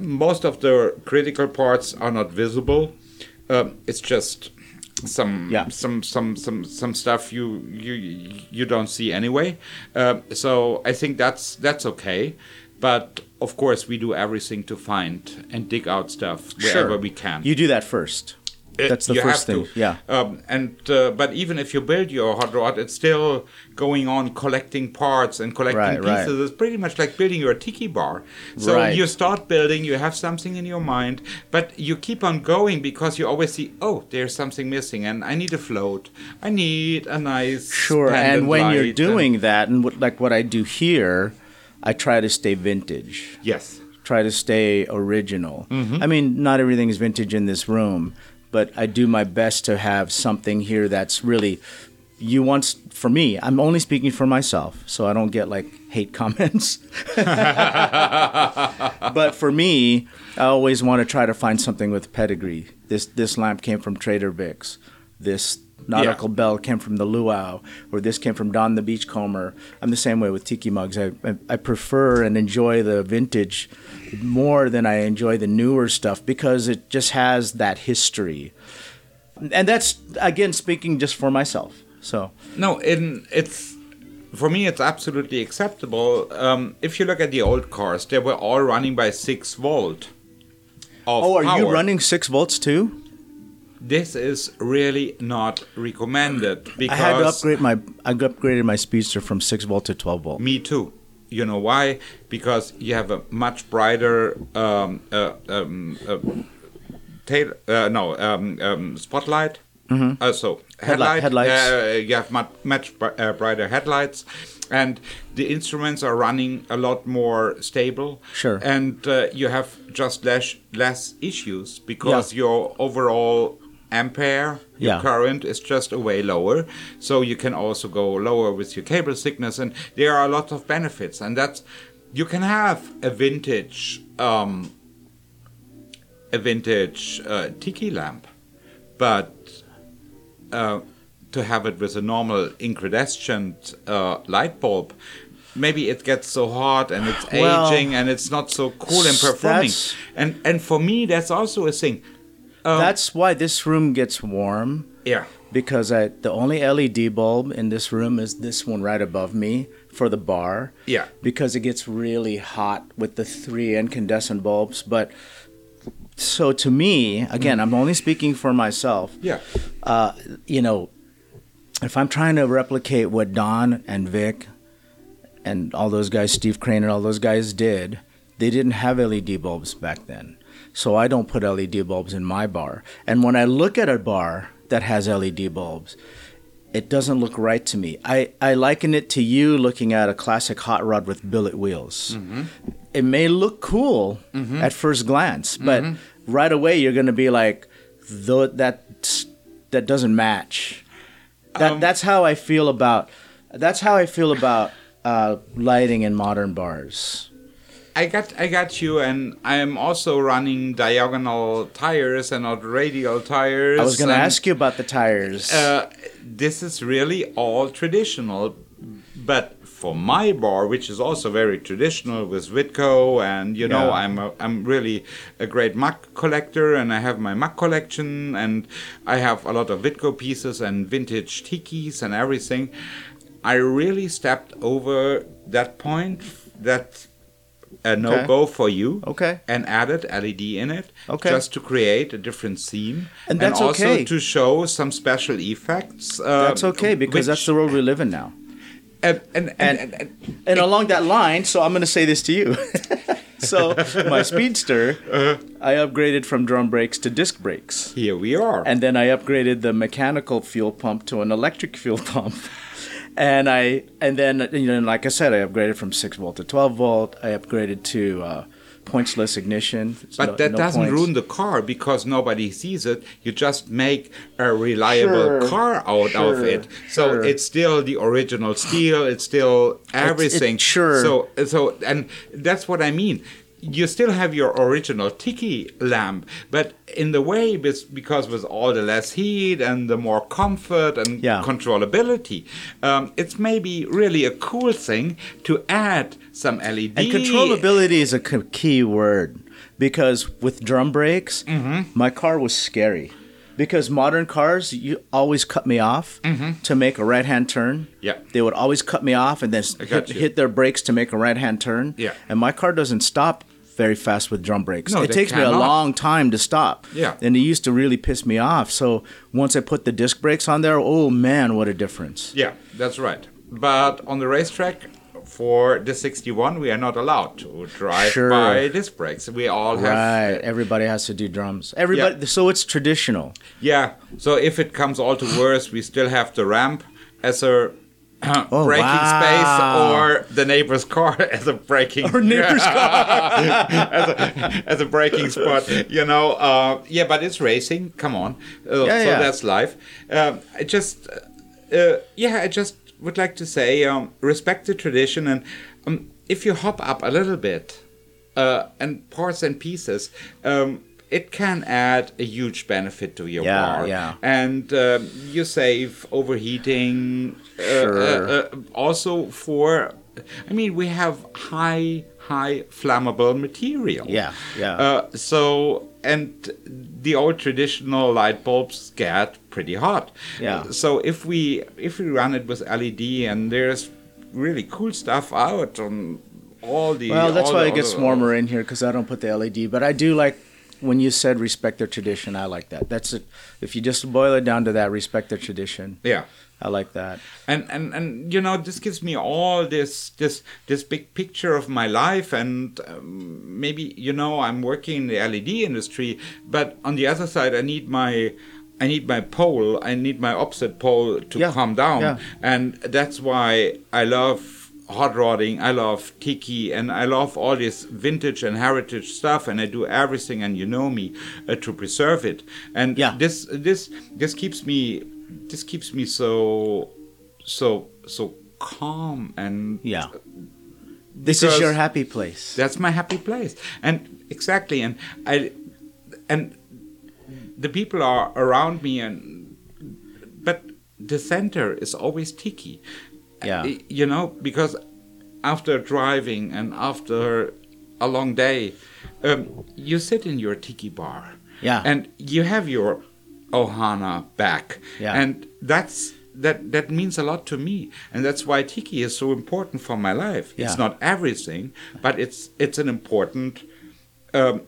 most of the critical parts are not visible. Um, it's just some Yeah. some some some some stuff you you you don't see anyway. Um so I think that's that's okay. But of course, we do everything to find and dig out stuff wherever we can. You do that first. It- That's the you first have thing. to. Yeah. Um, and uh, but even if you build your hot rod, it's still going on collecting parts and collecting Right, right. pieces. It's pretty much like building your tiki bar. So Right. you start building, you have something in your mind, but you keep on going because you always see, oh, there's something missing, and I need a float. I need a nice Sure. And pendant when you're light, and- doing that, and what, like what I do here, I try to stay vintage, yes, try to stay original. I mean, not everything is vintage in this room, but I do my best to have something here that's really. You want s- for me? I'm only speaking for myself, so I don't get like hate comments. but for me, I always want to try to find something with pedigree. This this lamp came from Trader Vic's. This nautical bell came from the Luau, or this came from Don the Beachcomber. I'm the same way with tiki mugs. I, I I prefer and enjoy the vintage more than I enjoy the newer stuff because it just has that history. And that's again speaking just for myself. So no, in it's. For me, it's absolutely acceptable. Um, if you look at the old cars, they were all running by six volt. of Oh, are you power. running six volts too? this is really not recommended I had to because upgrade my I upgraded my speedster from six volt to twelve volt. me too you know why because you have a much brighter um, uh, um, uh, tail uh, no um, um, spotlight uh, so Headlight- headlight, Mm-hmm. headlights. uh, you have much, much bri- uh, brighter headlights and the instruments are running a lot more stable Sure. and uh, you have just less less issues because Yeah. your overall ampere your Yeah. current is just a way lower so you can also go lower with your cable thickness and there are a lot of benefits and that's you can have a vintage um a vintage uh, tiki lamp but uh, to have it with a normal incandescent uh, light bulb maybe it gets so hot and it's Well, aging and it's not so cool and s- performing that's- and and for me that's also a thing Um, That's why this room gets warm yeah because I, the only LED bulb in this room is this one right above me for the bar. Yeah. Because it gets really hot with the three incandescent bulbs. But so to me, again, I'm only speaking for myself. yeah Uh, you know, if I'm trying to replicate what Don and Vic and all those guys, Steve Crane and all those guys did, they didn't have LED bulbs back then. So I don't put LED bulbs in my bar. And when I look at a bar that has LED bulbs, it doesn't look right to me. I, I liken it to you looking at a classic hot rod with billet wheels. It may look cool at first glance, but right away you're going to be like, though that that doesn't match. That that's how I feel about that's how I feel about uh, lighting in modern bars. I got I got you, and I am also running diagonal tires and not radial tires. I was going to and, ask you about the tires. Uh, this is really all traditional, but for my bar, which is also very traditional with Vitco, and you know Yeah. I'm a, I'm really a great mug collector, and I have my mug collection, and I have a lot of Vitco pieces and vintage tikis and everything. I really stepped over that point. That a no go for you. Okay. And added LED in it. Okay. Just to create a different theme. And that's also okay. to show some special effects. Uh, that's okay because that's the world we live in now. And, and, and, and, and- And along that line, so I'm going to say this to you. so my speedster, Uh-huh. I upgraded from drum brakes to disc brakes. Here we are. And then I upgraded the mechanical fuel pump to an electric fuel pump. And I and then you know, like I said, I upgraded from six volt to twelve volt. I upgraded to uh, pointsless ignition. but No- that no doesn't points. ruin the car because nobody sees it. You just make a reliable Sure. car out of Sure. it. So Sure. it's still the original steel. It's still everything. sure. So so and that's what I mean. You still have your original tiki lamp, but in the way, bes- because with all the less heat and the more comfort and Yeah. controllability, um, it's maybe really a cool thing to add some E LED And controllability is a k- key word because with drum brakes, Mm-hmm. my car was scary. Because modern cars, you always cut me off to make a right hand turn. Mm-hmm. Yeah. They would always cut me off and then s- I got hit, you. hit their brakes to make a right hand turn. Yeah. And my car doesn't stop very fast with drum brakes. No, it they takes me a cannot. long time to stop. Yeah. And it used to really piss me off. So once I put the disc brakes on there, oh man, what a difference. Yeah, that's right. But on the racetrack for the 61, we are not allowed to drive Sure. by disc brakes. We all have. Right. Everybody has to do drums. Everybody so it's traditional. Yeah, so if it comes all to worse, we still have the ramp as a braking Oh, wow. space or the neighbor's car as a braking Our neighbor's as, a, as a braking spot you know uh, yeah but it's racing come on uh, Yeah, so yeah. that's life um, i just uh, yeah i just would like to say um, respect the tradition and um, if you hop up a little bit uh, and parts and pieces um, it can add a huge benefit to your Yeah, car yeah. and um, you save overheating. uh, Sure. uh, uh, also for, I mean, we have high, high flammable material. Yeah, yeah. Uh, so and the old traditional light bulbs get pretty hot. Yeah. So if we if we run it with LED and there's really cool stuff out on all the Well, that's all why the- it gets all the- warmer in here because I don't put the LED. But I do like when you said respect their tradition. I like that. That's it. If you just boil it down to that, respect their tradition. Yeah. I like that. and and and you know this gives me all this this this big picture of my life and um, maybe you know i'm working in the led industry but on the other side i need my i need my pole i need my opposite pole to Yeah, come down yeah. and that's why i love hot rodding i love tiki and i love all this vintage and heritage stuff and i do everything and you know me uh, to preserve it and Yeah. this this this keeps me this keeps me so so so calm and Yeah. This is Because- your happy place. that's my happy place and exactly and i and the people are around me and but the center is always tiki Yeah. Uh, you know because after driving and after a long day um, you sit in your tiki bar Yeah. and you have your ohana back Yeah. and that's that that means a lot to me and that's why tiki is so important for my life Yeah. it's not everything but it's it's an important um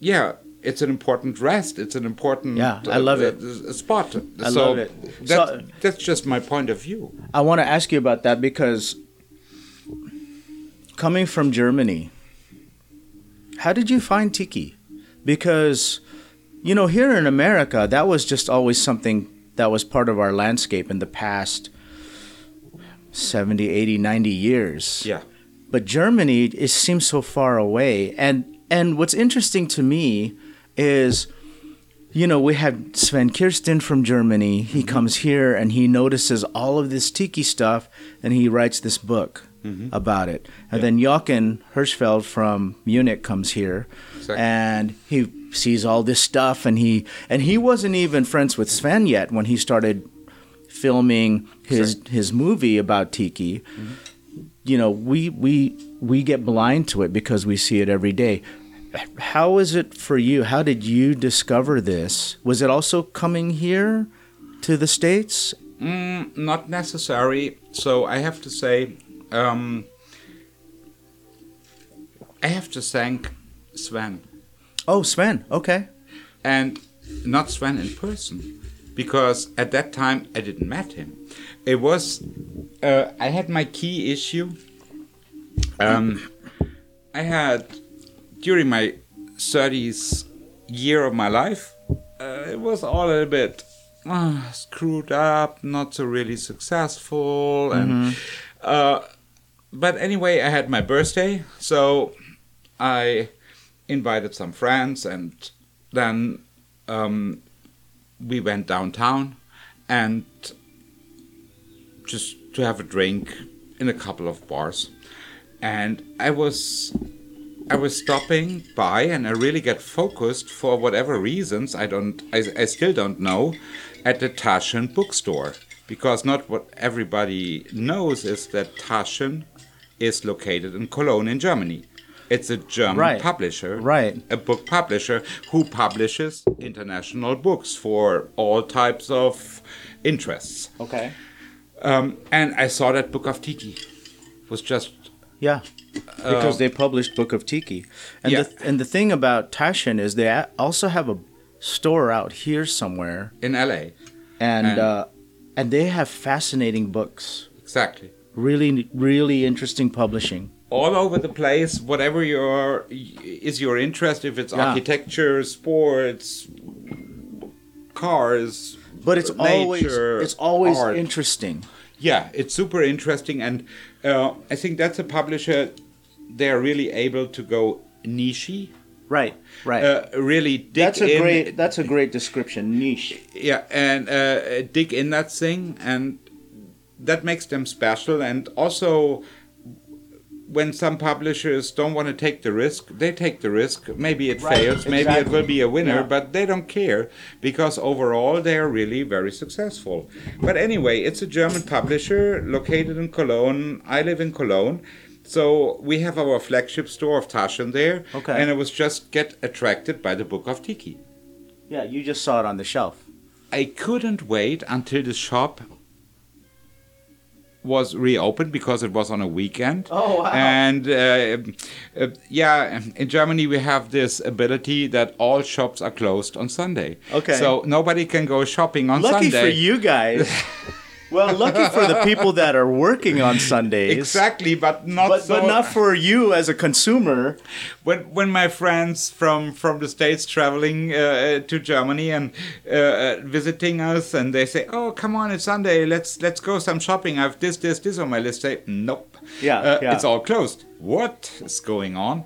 yeah it's an important rest it's an important Yeah, I love it. uh, spot I so love it. that, So- that's just my point of view I want to ask you about that because coming from Germany, how did you find tiki? Because you know, here in America, that was just always something that was part of our landscape in the past 70, 80, 90 years yeah but Germany it seems so far away. And and what's interesting to me is, you know, we have Sven Kirsten from Germany. He comes here and he notices all of this tiki stuff, and he writes this book about it. And then Jochen Hirschfeld from Munich comes here, Exactly. and he sees all this stuff, and he and he wasn't even friends with Sven yet when he started filming his his movie about tiki you know we we we get blind to it because we see it every day how is it for you how did you discover this was it also coming here to the states not necessary. So I have to say, um, I have to thank Sven oh sven okay and not Sven in person because at that time I didn't met him. It was uh, I had my key issue. Um, I had during my 30s year of my life, uh, it was all a little bit uh, screwed up, not so really successful, and uh, but anyway, I had my birthday, so I invited some friends, and then um, we went downtown and just to have a drink in a couple of bars and i was i was stopping by and i really got focused for whatever reasons i don't i, I still don't know at the taschen bookstore because not what everybody knows is that taschen is located in cologne in germany it's a german Right. publisher Right. a book publisher who publishes international books for all types of interests Okay. um, and I saw that Book of Tiki was just Yeah, because they published Book of Tiki, and yeah. the, and the thing about Taschen is they a- also have a store out here somewhere, in LA. and And- uh, and they have fascinating books, Exactly. really really interesting publishing. All over the place, whatever your is your interest, if it's Yeah. architecture, sports, cars, But it's always nature, it's always art. interesting. yeah, it's super interesting, and uh, I think that's a publisher. They're really able to go niche, Right, right. uh, really dig that's a in. great that's a great description. Niche. yeah and uh, dig in that thing and that makes them special and also when some publishers don't want to take the risk they take the risk maybe it Right, fails maybe it exactly. will be a winner Yeah. but they don't care because overall they are really very successful but anyway it's a german publisher located in cologne i live in cologne so we have our flagship store of Taschen there Okay. and i was just get attracted by the book of tiki Yeah, you just saw it on the shelf. I couldn't wait until the shop was reopened because it was on a weekend. Oh, wow. And uh, uh, yeah, in Germany we have this ability that all shops are closed on Sunday. Okay. So nobody can go shopping on lucky Sunday. for you guys. well, lucky for the people that are working on Sundays. Exactly, but not But, so but not for you as a consumer. when when my friends from from the states traveling uh, uh, to Germany and uh, uh, visiting us, and they say, "Oh, come on, it's Sunday. Let's let's go some shopping. I've this this this on my list." Say, "Nope. Yeah, uh, yeah. it's all closed. What is going on?"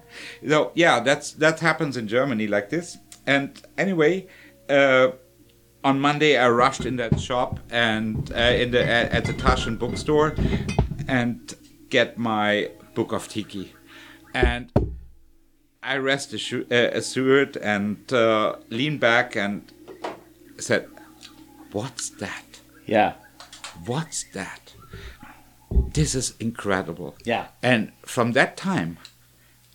So yeah, that's that happens in Germany like this. And anyway. Uh, on Monday, I rushed in that shop and uh, in the at, at the Taschen bookstore and get my book of Tiki, and I rest assu- uh, assured and uh, leaned back and said, "What's that? Yeah. What's that? This is incredible." Yeah. And from that time,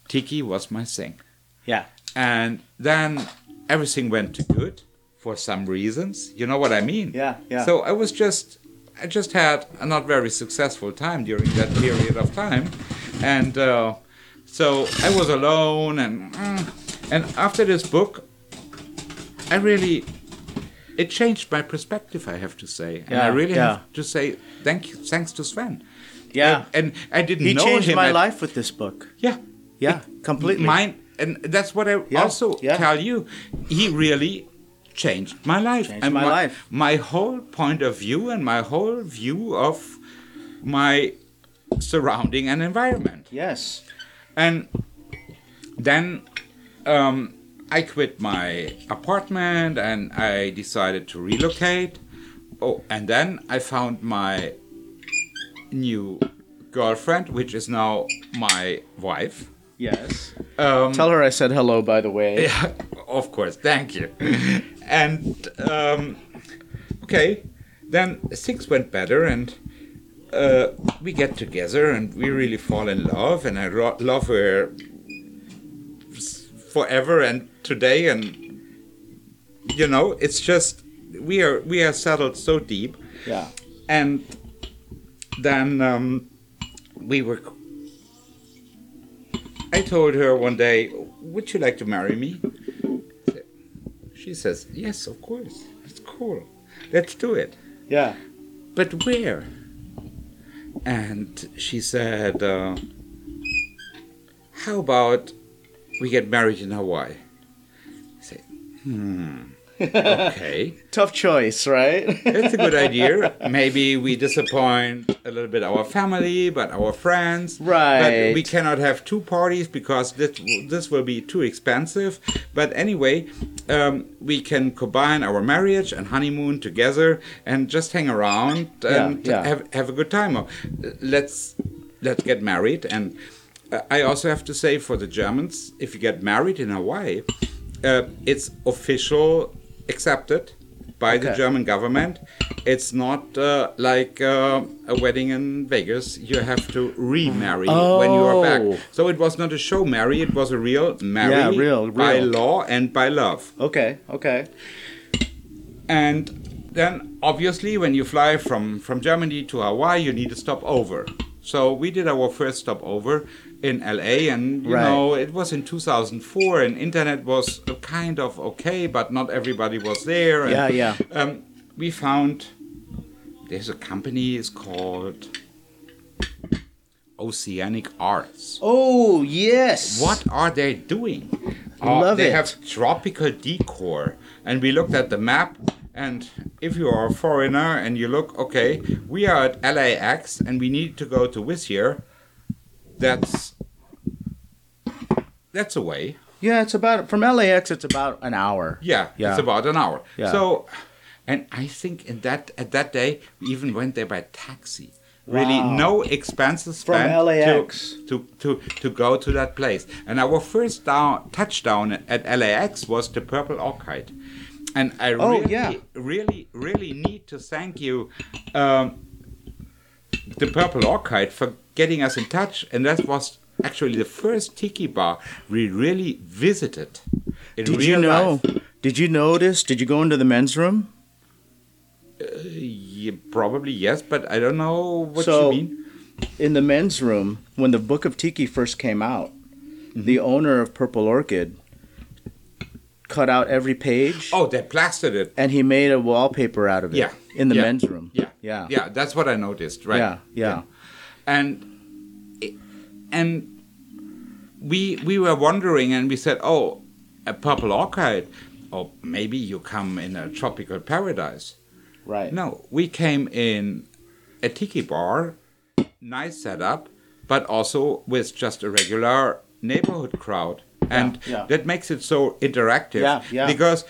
Tiki was my thing. Yeah. And then everything went to good for some reasons. You know what I mean? Yeah, yeah. So I was just, I just had a not very successful time during that period of time, and uh, so I was alone, and mm, and after this book, I really. It changed my perspective, I have to say, and I Yeah, really yeah. have to say thank you, thanks to Sven. Yeah. and, and I didn't He know changed him my at- life with this book. Yeah, Yeah, completely. Mine, and that's what I Yeah, also yeah. tell you. He really changed my life. Changed and my life. My whole point of view and my whole view of my surrounding and environment. Yes. And then um, I quit my apartment and I decided to relocate. Oh, and then I found my new girlfriend, which is now my wife. Yes. Tell her I said hello, by the way. Um, Yeah, of course. Thank you. and um, okay, then things went better, and uh, we get together, and we really fall in love, and I ro- love her s- forever and today, and you know, it's just we are we are settled so deep, Yeah. and then um, we were. I told her one day, "Would you like to marry me?" She says, "Yes, of course. It's cool. Let's do it." Yeah. But where? And she said, uh, how about we get married in Hawaii? I say, hmm, okay. Tough choice, right? That's a good idea. Maybe we disappoint a little bit our family, but our friends. Right. But we cannot have two parties because this this will be too expensive. But anyway, um, we can combine our marriage and honeymoon together and just hang around and yeah. have have a good time. Uh, Let's let's get married. And uh, I also have to say for the Germans, if you get married in Hawaii, uh, it's official, accepted by the Okay. German government. It's not uh, like uh, a wedding in Vegas. You have to remarry when you are Oh. back. So it was not a show marry. It was a real marry Yeah, real, by real. law and by love. okay, okay. And then obviously when you fly from, from Germany to Hawaii, you need a stopover. So we did our first stopover in LA and you Right. know it was in 2004 and internet was kind of okay but not everybody was there and Yeah, yeah. um, we found there's a company it's called Oceanic Arts. Oh yes. What are they doing? Uh, Love they it. have tropical decor, and we looked at the map. And if you are a foreigner and you look, okay, we are at LAX and we need to go to Whistler. That's that's a way. Yeah, it's about from LAX. It's about an hour. Yeah, Yeah. it's about an hour. Yeah. So, and I think in that at that day we even went there by taxi. Really, Wow. no expenses From spent to- LAX. to, to to go to that place. And our first down, touchdown at LAX was the Purple Orchid. And I Oh, really, yeah. really, really need to thank you, um, the Purple Orchid, for getting us in touch. And that was actually the first tiki bar we really visited. in Did you real life. know? Did you notice? Did you go into the men's room? Uh, Ye- probably yes, but I don't know what So- you mean. In the men's room, when the Book of Tiki first came out, Mm-hmm. the owner of Purple Orchid cut out every page Oh, they plastered it. and he made a wallpaper out of it. Yeah. In the yeah, men's room. Yeah. Yeah. Yeah, that's what I noticed, right? Yeah. Yeah. And and we we were wondering and we said, "Oh, a purple orchid, or maybe you come in a tropical paradise." Right. No, we came in a tiki bar, nice setup, but also with just a regular neighborhood crowd, and yeah. that makes it so interactive. Yeah, yeah. Because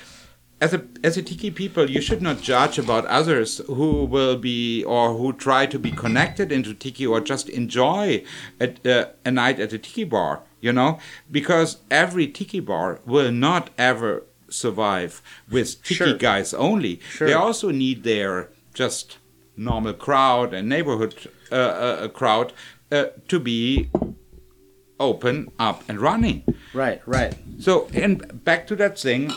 as a as a tiki people, you should not judge about others who will be or who try to be connected into tiki or just enjoy at, uh, a night at a tiki bar. You know, because every tiki bar will not ever survive with tiki Sure. guys only. They Sure. also need their just normal crowd and neighborhood uh, uh, uh, crowd uh, to be open, up, and running. Right. Right. So, and back to that thing,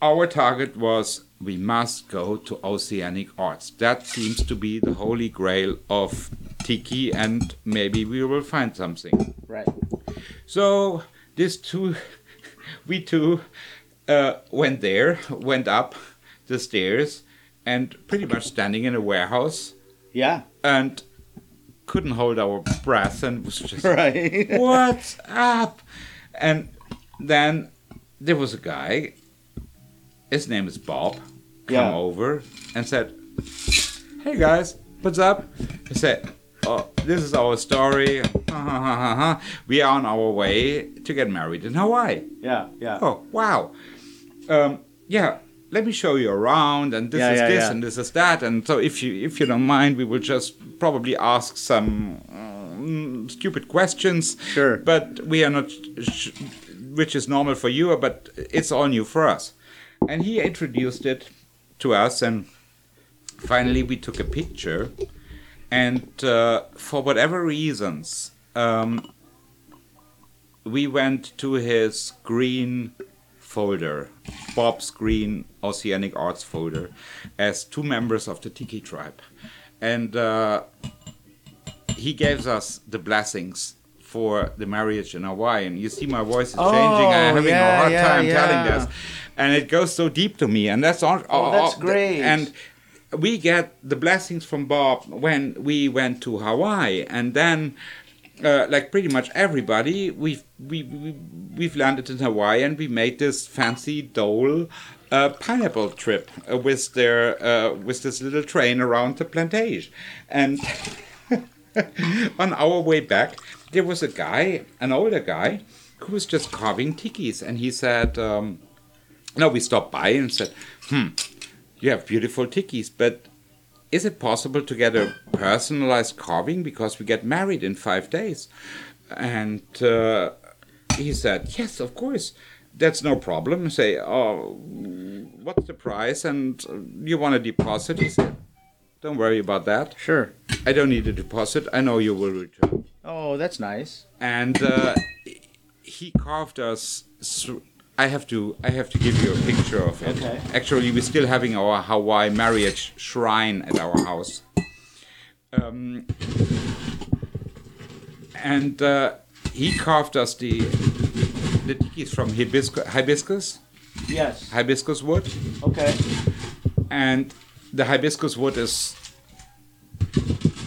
our target was we must go to oceanic arts. That seems to be the holy grail of tiki, and maybe we will find something. Right. So this two, we two, uh, went there, went up the stairs, and pretty much standing in a warehouse Yeah. and couldn't hold our breath and was just Right. Oh. what's up? And then there was a guy. His name is Bob. Come Yeah. over and said, "Hey guys, what's up?" I said, "Oh, this is our story. we are on our way to get married in Hawaii." Yeah. Yeah. oh wow um, yeah let me show you around and this Yeah, is yeah, this yeah. and this is that and so if you if you don't mind we will just probably ask some um, stupid questions Sure. but we are not sh- which is normal for you but it's all new for us and he introduced it to us and finally we took a picture and uh, for whatever reasons um, we went to his green folder, Bob's green oceanic arts folder, as two members of the Tiki tribe, and uh, he gave us the blessings for the marriage in Hawaii. And you see, my voice is Oh, changing. I'm having yeah, a hard yeah, time yeah. Oh, telling this, and it goes so deep to me. And that's all. all- that's all- great. And we get the blessings from Bob when we went to Hawaii, and then uh, like pretty much everybody, we've we, we we've landed in Hawaii and we made this fancy dole uh, pineapple trip uh, with their uh, with this little train around the plantation, and on our way back there was a guy, an older guy, who was just carving tikis, and he said, um, "No, we stopped by and said, hmm, you have beautiful tikis, but." is it possible to get a personalized carving because we get married in five days and uh, he said yes of course that's no problem say oh what's the price and uh, you want a deposit he said don't worry about that Sure. i don't need a deposit i know you will return Oh, that's nice. and uh, he carved us. Th- I have to. I have to give you a picture of it. Okay. Actually, we're still having our Hawaii marriage shrine at our house. Um, and uh, he carved us the the tikis from hibiscus hibiscus Yes. hibiscus wood, Okay. and the hibiscus wood is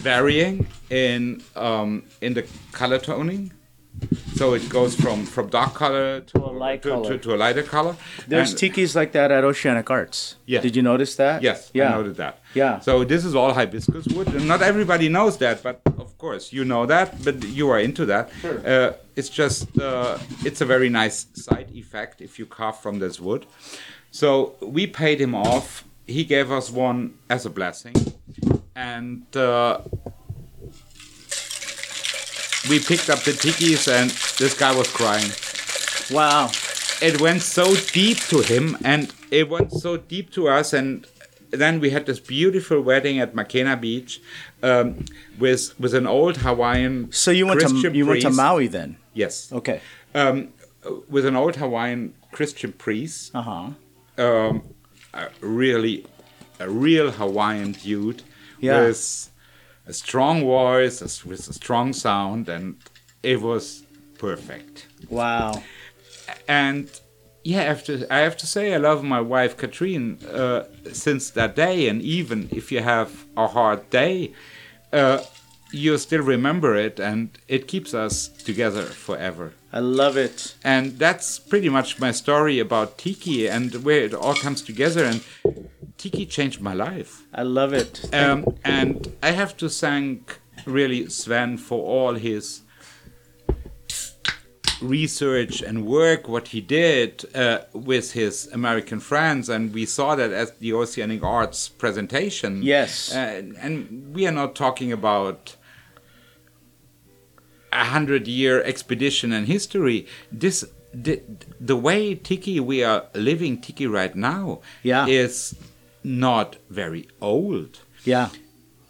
varying in um, in the color toning. So it goes from, from dark color to, a light to, color. To, to a lighter color. There's And- tikis like that at Oceanic Arts. Yeah. Did you notice that? Yes, Yeah. I noted that. Yeah. So this is all hibiscus wood, and not everybody knows that, but of course you know that, but you are into that. Sure. Uh, it's just uh, it's a very nice side effect if you carve from this wood. So we paid him off. He gave us one as a blessing, and uh, we picked up the tikis, and this guy was crying Wow. it went so deep to him and it went so deep to us and then we had this beautiful wedding at Makena Beach um, with with an old Hawaiian So you went Christian to you went to priest. Maui then? yes Okay. um, with an old Hawaiian Christian priest Uh huh. um, a really a real Hawaiian dude Yeah. with a strong voice a s- with a strong sound and it was perfect Wow. and yeah, after I have to say, I love my wife Katrine uh, since that day, and even if you have a hard day, uh, you still remember it, and it keeps us together forever. I love it. And that's pretty much my story about Tiki and where it all comes together. And Tiki changed my life. I love it. Um, and I have to thank really Sven for all his research and work, what he did uh, with his American friends. And we saw that at the Oceanic Arts presentation. Yes. Uh, and we are not talking about a hundred year expedition in history. This. The, the way Tiki we are living Tiki right now Yeah. is not very old. Yeah.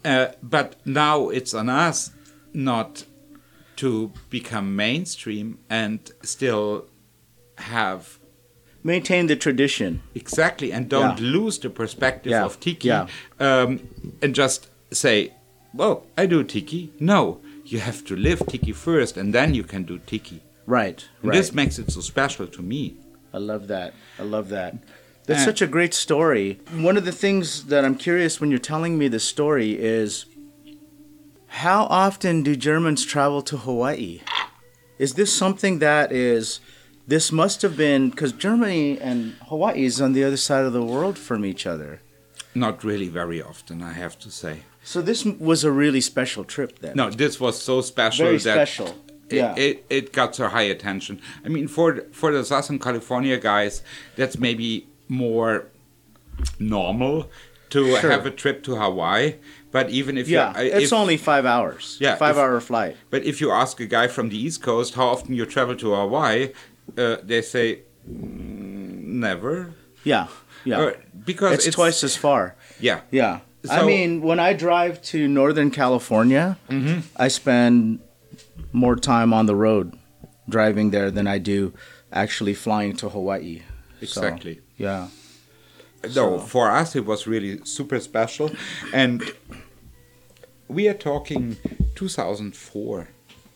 Uh, but now it's on us not to become mainstream and still have Maintain the tradition. exactly and don't Yeah. lose the perspective Yeah. of tiki Yeah. um, and just say well i do tiki no you have to live tiki first and then you can do tiki Right. And Right. this makes it so special to me I love that. I love that. That's And- such a great story. One of the things that I'm curious when you're telling me this story is how often do Germans travel to Hawaii? Is this something that is this must have been because Germany and Hawaii is on the other side of the world from each other. not really very often i have to say So this m- was a really special trip then. no this was so special very that special. it, yeah. it, it got so high attention. I mean, for for the Southern California guys, that's maybe more normal to Sure. have a trip to Hawaii. But even if yeah. you, I- it's if- only five hours. Yeah, Five if- hour flight. But if you ask a guy from the East Coast how often you travel to Hawaii, uh, they say "Mm, never. Yeah. Yeah. Uh, because it's twice as far. Yeah, Yeah. I So- mean, when I drive to Northern California, Mm-hmm. I spend more time on the road driving there than I do actually flying to Hawaii. So, exactly. yeah. No, for us it was really super special, and we are talking 2004.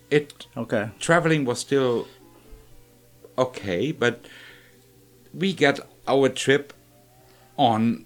It Okay. traveling was still okay, but we got our trip on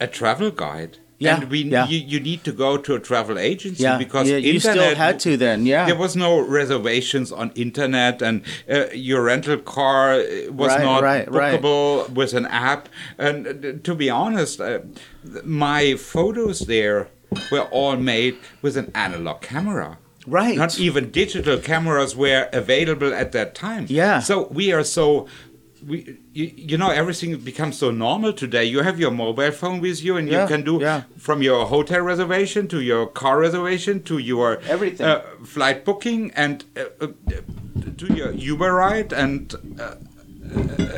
a travel guide. Yeah, and we yeah. you, you need to go to a travel agency Yeah, because yeah, internet you still had to then, yeah. there was no reservations on internet and uh, your rental car uh, was Right, not right, right. bookable with an app and uh, th- to be honest uh, th- my photos there were all made with an analog camera Right. not even digital cameras were available at that time Yeah. so we are so we, you, you know everything becomes so normal today you have your mobile phone with you and Yeah, you can do yeah. from your hotel reservation to your car reservation to your Everything. uh, flight booking and uh, uh, to your uber ride and uh, uh,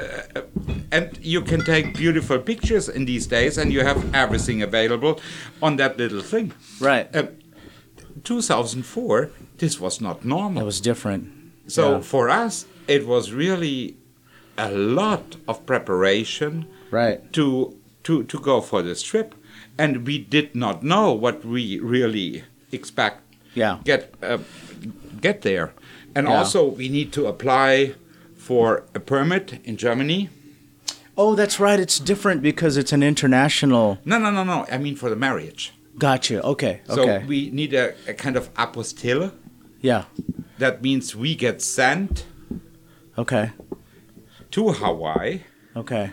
and you can take beautiful pictures in these days and you have everything available on that little thing Right. uh, 2004 this was not normal That was different. so Yeah. for us, it was really a lot of preparation Right. to to to go for this trip, and we did not know what we really expect. Yeah. Get uh, get there, and Yeah. also we need to apply for a permit in Germany. Oh, that's right. It's different because it's an international. No, no, no, no. I mean for the marriage. Gotcha. Okay. Okay. So we need a, a kind of apostille. yeah. That means we get sent Okay. to Hawaii. Okay.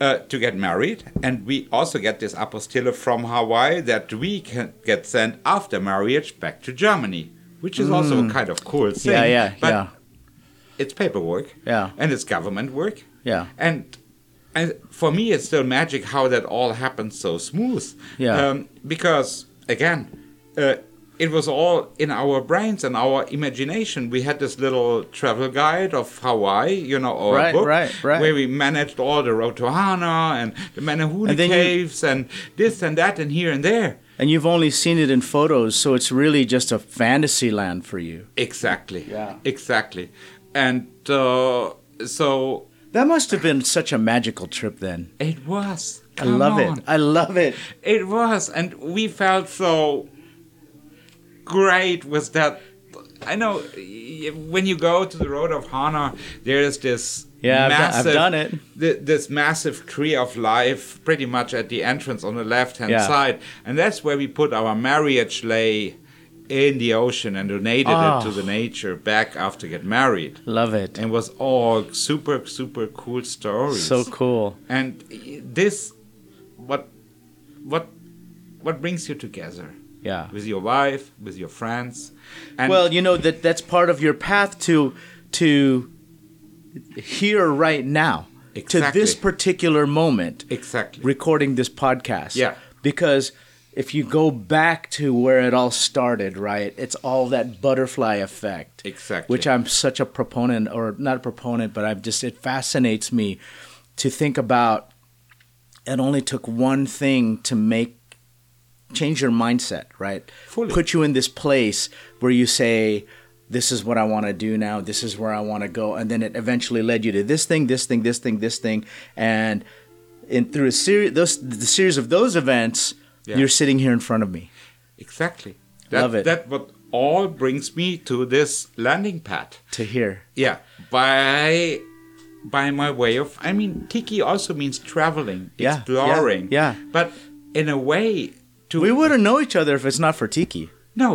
uh, to get married, and we also get this apostille from Hawaii that we can get sent after marriage back to Germany, which is also a kind of cool thing. Mm. Yeah. Yeah. but yeah. it's paperwork. Yeah. and it's government work. Yeah. and and for me, it's still magic how that all happened so smooth. Yeah. um, because again. Uh, it was all in our brains and our imagination. We had this little travel guide of Hawaii, you know, or Right, book, right, right. where we managed all the Rotohana and the Manahuna And then you- caves and this and that and here and there. And you've only seen it in photos, so it's really just a fantasy land for you. Exactly. Yeah. Exactly. And uh, so That must have been such a magical trip then. it was. I Come love on. it. I love it. It was, and we felt so great with that. I know y- when you go to the road of Hana, there is this Yeah, I've done- I've massive, done it. thi- this massive tree of life, pretty much at the entrance on the left hand Yeah. side, and that's where we put our marriage lay in the ocean and donated Ah. it to the nature back after get married. Love it. And it was all super super cool stories So cool. and this what what what brings you together Yeah. with your wife with your friends and Well, you know that that's part of your path to to here right now. To Exactly. this particular moment. exactly recording this podcast. Yeah. Because if you go back to where it all started, right, it's all that butterfly effect. Exactly. Which I'm such a proponent, or not a proponent, but I'm just, it fascinates me to think about it only took one thing to make change your mindset, right? Fully. Put you in this place where you say, this is what I want to do now. This is where I want to go. And then it eventually led you to this thing, this thing, this thing, this thing. And in, through a series, those, the series of those events, Yeah. you're sitting here in front of me. exactly that, Love it. that what all brings me to this landing pad To here. yeah by by my way of i mean tiki also means traveling Yeah, yeah, exploring yeah. but in a way to We wouldn't know each other if it's not for Tiki. No,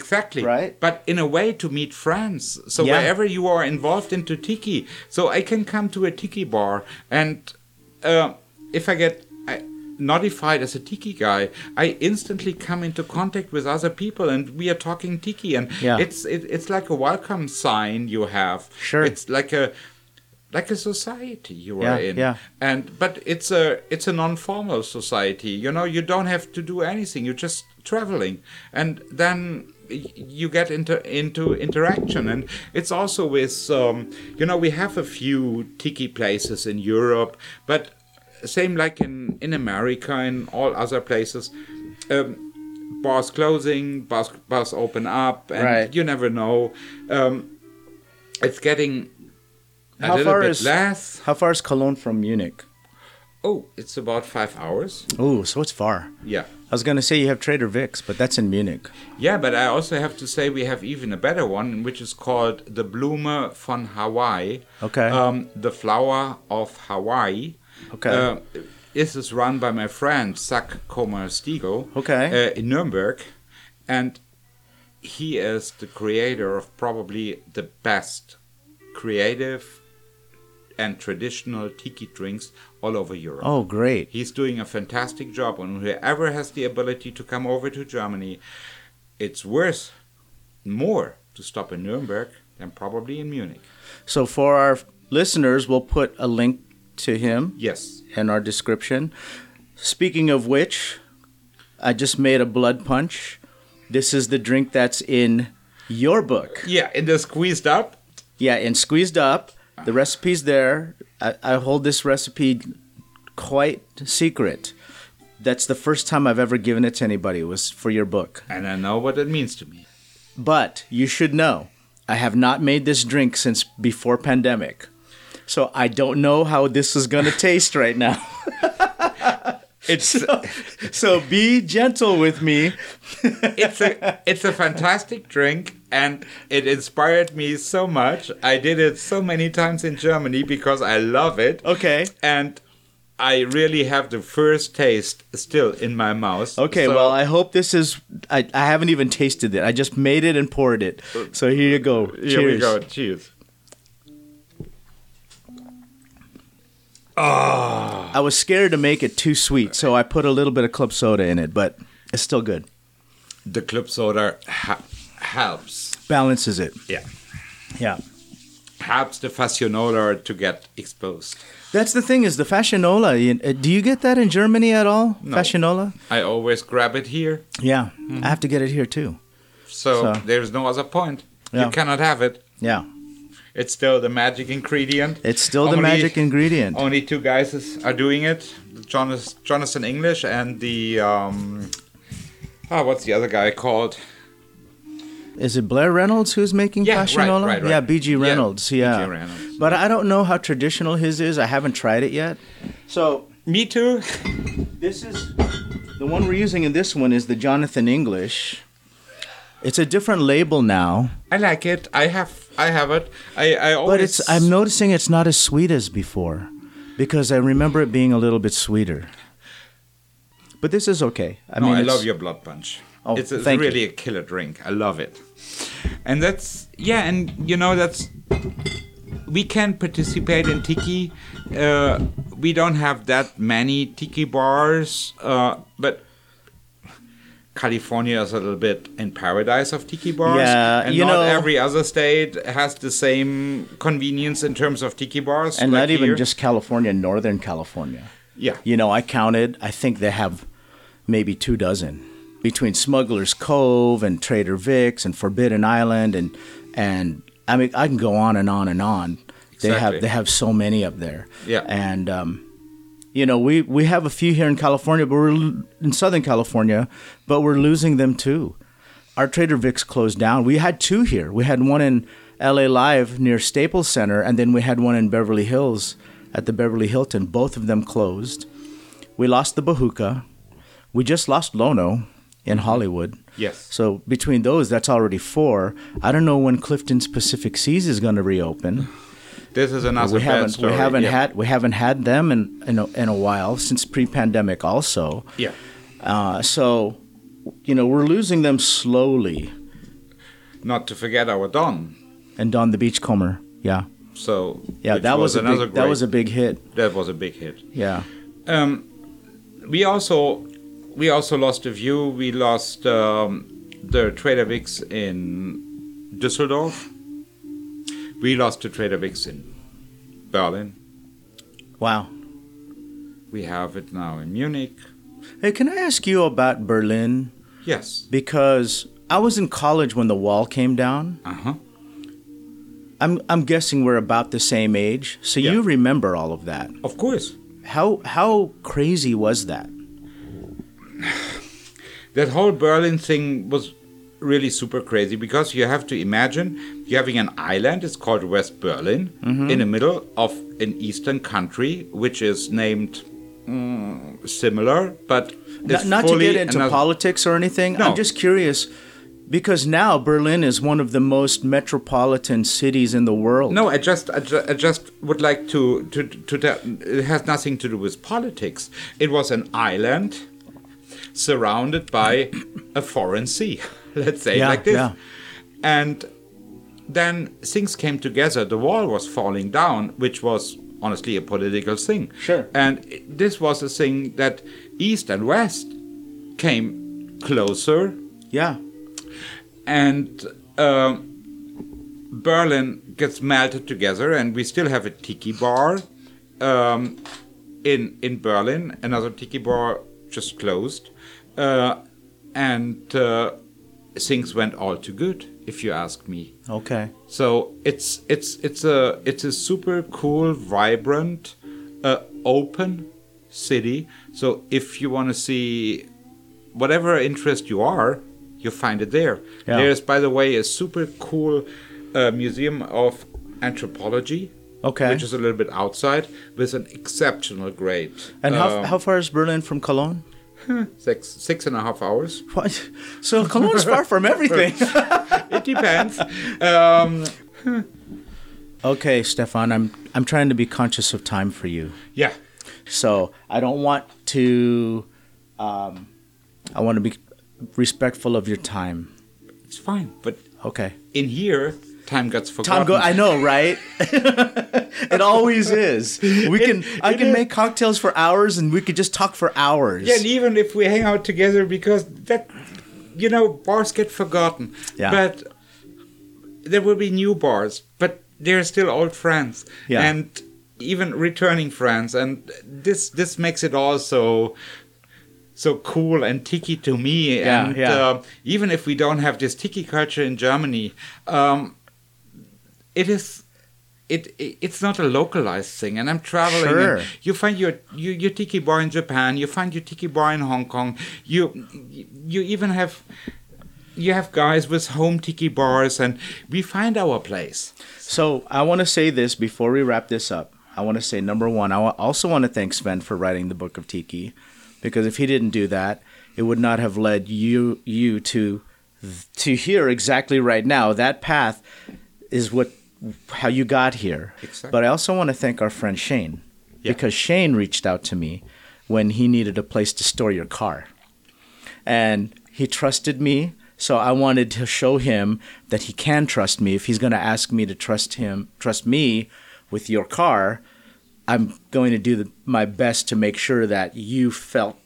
exactly. Right? But in a way to meet friends. So Yeah. wherever you are involved into tiki, so I can come to a tiki bar and uh, if I get I, notified as a tiki guy, I instantly come into contact with other people and we are talking tiki and Yeah. it's it, it's like a welcome sign you have. Sure. It's like a like a society you are Yeah, in yeah. and but it's a it's a non-formal society you know you don't have to do anything you're just traveling and then y- you get into into interaction and it's also with um, you know we have a few tiki places in Europe but same like in in America and all other places um, bars closing bars bars open up and Right. you never know um, it's getting a How little far bit is- less How far is Cologne from Munich? Oh, it's about five hours. Oh, so it's far. Yeah. I was going to say you have Trader Vic's, but that's in Munich. Yeah, but I also have to say we have even a better one, which is called the Blume von Hawaii. Okay. Um, the flower of Hawaii. Okay. Uh, This is run by my friend Zach Komastigo Okay. uh, in Nuremberg, and he is the creator of probably the best creative and traditional tiki drinks all over Europe. Oh, great. He's doing a fantastic job, and whoever has the ability to come over to Germany, it's worth more to stop in Nuremberg than probably in Munich. So for our listeners, we'll put a link to him Yes. in our description. Speaking of which, I just made a blood punch. This is the drink that's in your book. Yeah, and they're squeezed up. Yeah, and squeezed up. The recipe's there. I, I hold this recipe quite secret. That's the first time I've ever given it to anybody was for your book. And I know what it means to me. But you should know, I have not made this drink since before pandemic. So I don't know how this is going to taste right now. It's So be gentle with me. it's a it's a fantastic drink and it inspired me so much. I did it so many times in Germany because I love it. Okay. And I really have the first taste still in my mouth. Okay, So- well, I hope this is I, I haven't even tasted it. I just made it and poured it. So here you go. Cheers. Here we go. Cheers. Ah. I was scared to make it too sweet, so I put a little bit of club soda in it, but it's still good. The club soda ha- helps. Balances it. Yeah. Yeah. Helps the fashionola to get exposed. That's the thing is the fashionola. you- uh, Do you get that in Germany at all? No. Mm-hmm. Fashionola? I always grab it here, Yeah. I have to get it here too. so, So- there's no other point. Yeah. You cannot have it. Yeah. It's still the magic ingredient. It's still the Only- magic ingredient. Only two guys is, are doing it: Jonas, Jonathan English and the um, ah, what's the other guy called? Is it Blair Reynolds who's making Yeah, right, fashionola? right, right. Yeah, BG Yeah, Reynolds. Yeah. B.G. Reynolds. But I don't know how traditional his is. I haven't tried it yet. So Me too. this is the one we're using in this one is the Jonathan English. It's a different label now, I like it. I have, I have it. I, I always. but it's I'm noticing it's not as sweet as before because I remember it being a little bit sweeter. But this is okay. I no, mean, I it's- love your blood punch. Oh, it's, it's thank you. really a killer drink. I love it. And that's yeah, and you know that's we can participate in tiki. Uh, we don't have that many tiki bars, uh, but California is a little bit in paradise of tiki bars. Yeah, and you not know- every other state has the same convenience in terms of tiki bars. and like not even here. just California, Northern California. yeah. You know, I counted. I think they have maybe two dozen between Smuggler's Cove and Trader Vic's and Forbidden Island and and I mean I can go on and on and on. They Exactly. have they have so many up there. Yeah. And um, you know we we have a few here in California, but we're l- in Southern California, but we're losing them too. Our Trader Vic's closed down. We had two here. We had one in L.A. Live near Staples Center, and then we had one in Beverly Hills at the Beverly Hilton. Both of them closed. We lost the Bahuka. We just lost Lono in Hollywood. Yes. So between those, that's already four. I don't know when Clifton's Pacific Seas is going to reopen. This is another We bad haven't story. we haven't yeah. had we haven't had them in in a, in a while since pre-pandemic also. yeah. Uh, so you know we're losing them slowly. Not to forget our Don. And Don the Beachcomber, yeah, So yeah, which that was, a big, another that great- was a big hit. that was a big hit. Yeah, Um, we also we also lost a view. We lost um, the Trader Vic's in Düsseldorf. We lost the Trader Vic's in Berlin. wow. We have it now in Munich. Hey, can I ask you about Berlin? Yes. Because I was in college when the wall came down. Uh huh. I'm I'm guessing we're about the same age, so Yeah. you remember all of that. Of course. How how crazy was that? that whole Berlin thing was really super crazy because you have to imagine you're having an island, it's called West Berlin, Mm-hmm. in the middle of an eastern country which is named mm, similar, but Not, it's not to fully get into another- politics or anything. No. I'm just curious. Because now Berlin is one of the most metropolitan cities in the world. No, I just, I just, I just would like to to to tell. It has nothing to do with politics. It was an island surrounded by a foreign sea. Let's say it Yeah, like this, yeah. and then things came together. The wall was falling down, which was honestly a political thing. Sure. And it- this was a thing that East and West came closer Yeah. and um Berlin gets melted together, and we still have a tiki bar um, in in Berlin. Another tiki bar just closed, uh, and uh, things went all too good, if you ask me. Okay. So it's it's it's a it's a super cool, vibrant, uh, open city. So if you want to see whatever interest you are, you find it there. Yeah. There's by the way a super cool uh, museum of anthropology, Okay. which is a little bit outside, with an exceptional grade. and how, Um, how far is Berlin from Cologne? six six and a half hours. What? So Cologne is far from everything. It depends. um, okay, Stefan, I'm I'm trying to be conscious of time for you. yeah. So I don't want to. Um, I want to be respectful of your time. It's fine, but Okay. in here, time gets forgotten. Tom, go. I know, right? it always is. We can. I it can is. make cocktails for hours, and we could just talk for hours. Yeah, and even if we hang out together, because that, you know, bars get forgotten. Yeah. But there will be new bars, but they're still old friends. Yeah. And even returning friends, and this this makes it all so so cool and tiki to me. Yeah, and yeah. um, even if we don't have this tiki culture in Germany, um, it is. It, it- it's not a localized thing, and I'm traveling. and Sure. you find your, your your tiki bar in Japan. You find your tiki bar in Hong Kong. You you even have you have guys with home tiki bars, and we find our place. So I want to say this before we wrap this up. I want to say number one. I wa- also want to thank Sven for writing the book of Tiki, because if he didn't do that, it would not have led you you to to here exactly right now. That path is what how you got here. Exactly. But I also want to thank our friend Shane, because Shane reached out to me when he needed a place to store your car and he trusted me. So I wanted to show him that he can trust me. If he's going to ask me to trust him, trust me with your car, I'm going to do the, my best to make sure that you felt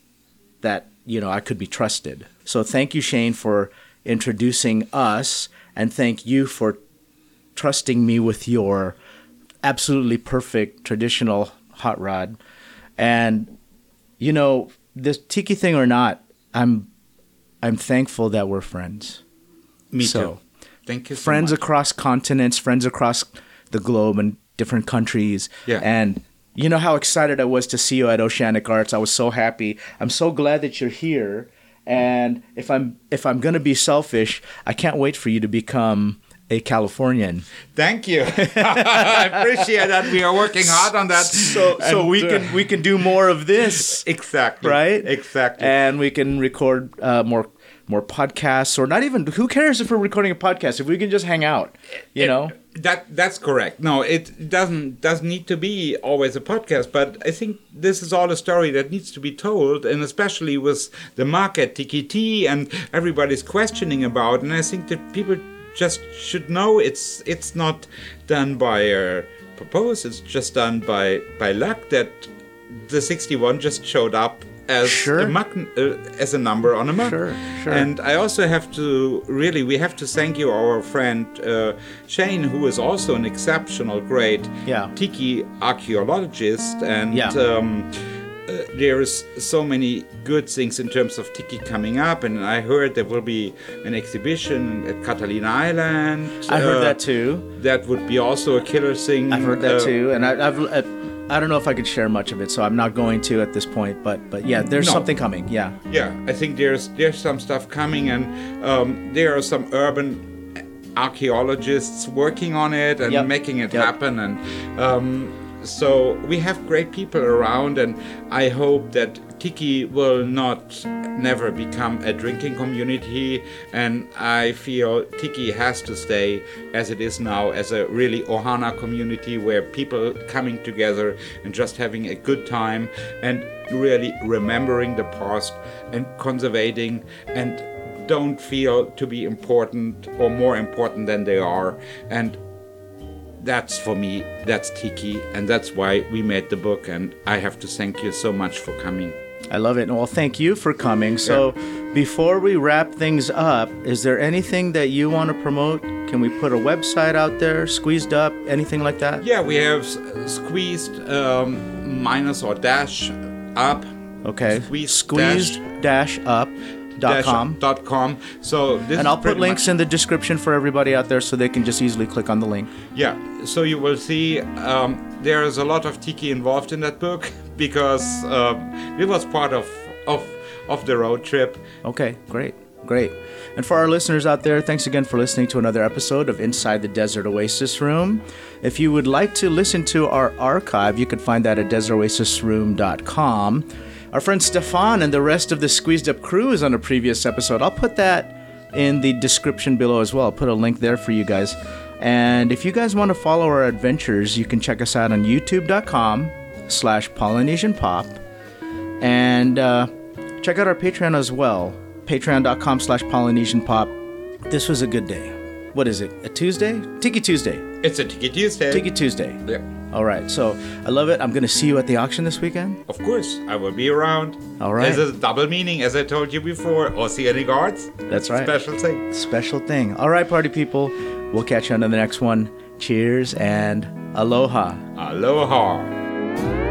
that you know I could be trusted. So thank you, Shane, for introducing us, and thank you for trusting me with your absolutely perfect traditional hot rod. And you know, this tiki thing or not, I'm I'm thankful that we're friends. Me So- too. Thank you. so friends much. across continents, friends across the globe and different countries. Yeah. And you know how excited I was to see you at Oceanic Arts. I was so happy. I'm so glad that you're here. And if I'm if I'm gonna be selfish, I can't wait for you to become a Californian. Thank you. I appreciate that. We are working hard on that. So so And, we uh, can we can do more of this. exactly right? exactly. And we can record uh, more more podcasts, or not even. Who cares if we're recording a podcast? If we can just hang out, you know. that that's correct no it doesn't doesn't need to be always a podcast but i think this is all a story that needs to be told and especially with the market tkt and everybody's questioning about and i think that people just should know it's it's not done by uh, purpose it's just done by by luck that the 61 just showed up as Sure. a magn- uh, as a number on a mug Sure, sure. and and I also have to really, we have to thank you, our friend uh, Shane, who is also an exceptional, great Yeah. tiki archaeologist. And Yeah. um, uh, there's so many good things in terms of tiki coming up. And I heard there will be an exhibition at Catalina Island. I heard Uh, that too. That would be also a killer thing. I've heard that Uh, too, and I, I've. I, I don't know if I could share much of it, so I'm not going to at this point. But but yeah, there's No. something coming. Yeah, yeah i think there's there's some stuff coming and um, there are some urban archaeologists working on it and Yep. making it Yep. happen and um, so we have great people around and i hope that tiki will not never become a drinking community, and I feel Tiki has to stay as it is now, as a really Ohana community where people coming together and just having a good time and really remembering the past and conservating and don't feel to be important or more important than they are and that's for me that's tiki and that's why we made the book and i have to thank you so much for coming I love it. Well, thank you for coming. So, before we wrap things up, is there anything that you want to promote? Can we put a website out there, squeezed up, anything like that? yeah we have s- squeezed um, minus or dash up Okay. Squeeze squeezed dash up dot dash com. dot com so this And is I'll put pretty links much- in the description for everybody out there so they can just easily click on the link. yeah so you will see um, there is a lot of tiki involved in that book because um, it was part of of of the road trip Okay, great, great. And for our listeners out there, thanks again for listening to another episode of Inside the Desert Oasis Room. If you would like to listen to our archive, you can find that at desertoasisroom.com. Our friend Stefan and the rest of the Squeezed Up crew is on a previous episode. I'll put that in the description below as well. I'll put a link there for you guys. And if you guys want to follow our adventures, you can check us out on youtube.com slash Polynesian Pop and uh, check out our patreon as well patreon.com slash polynesian pop this was a good day what is it a tuesday tiki tuesday it's a tiki tuesday tiki tuesday yeah all right so i love it i'm gonna see you at the auction this weekend Of course, I will be around. All right. This is double meaning, as I told you before. Or see any guards. That's right. Special thing. special thing all right party people we'll catch you on the next one cheers and aloha Aloha.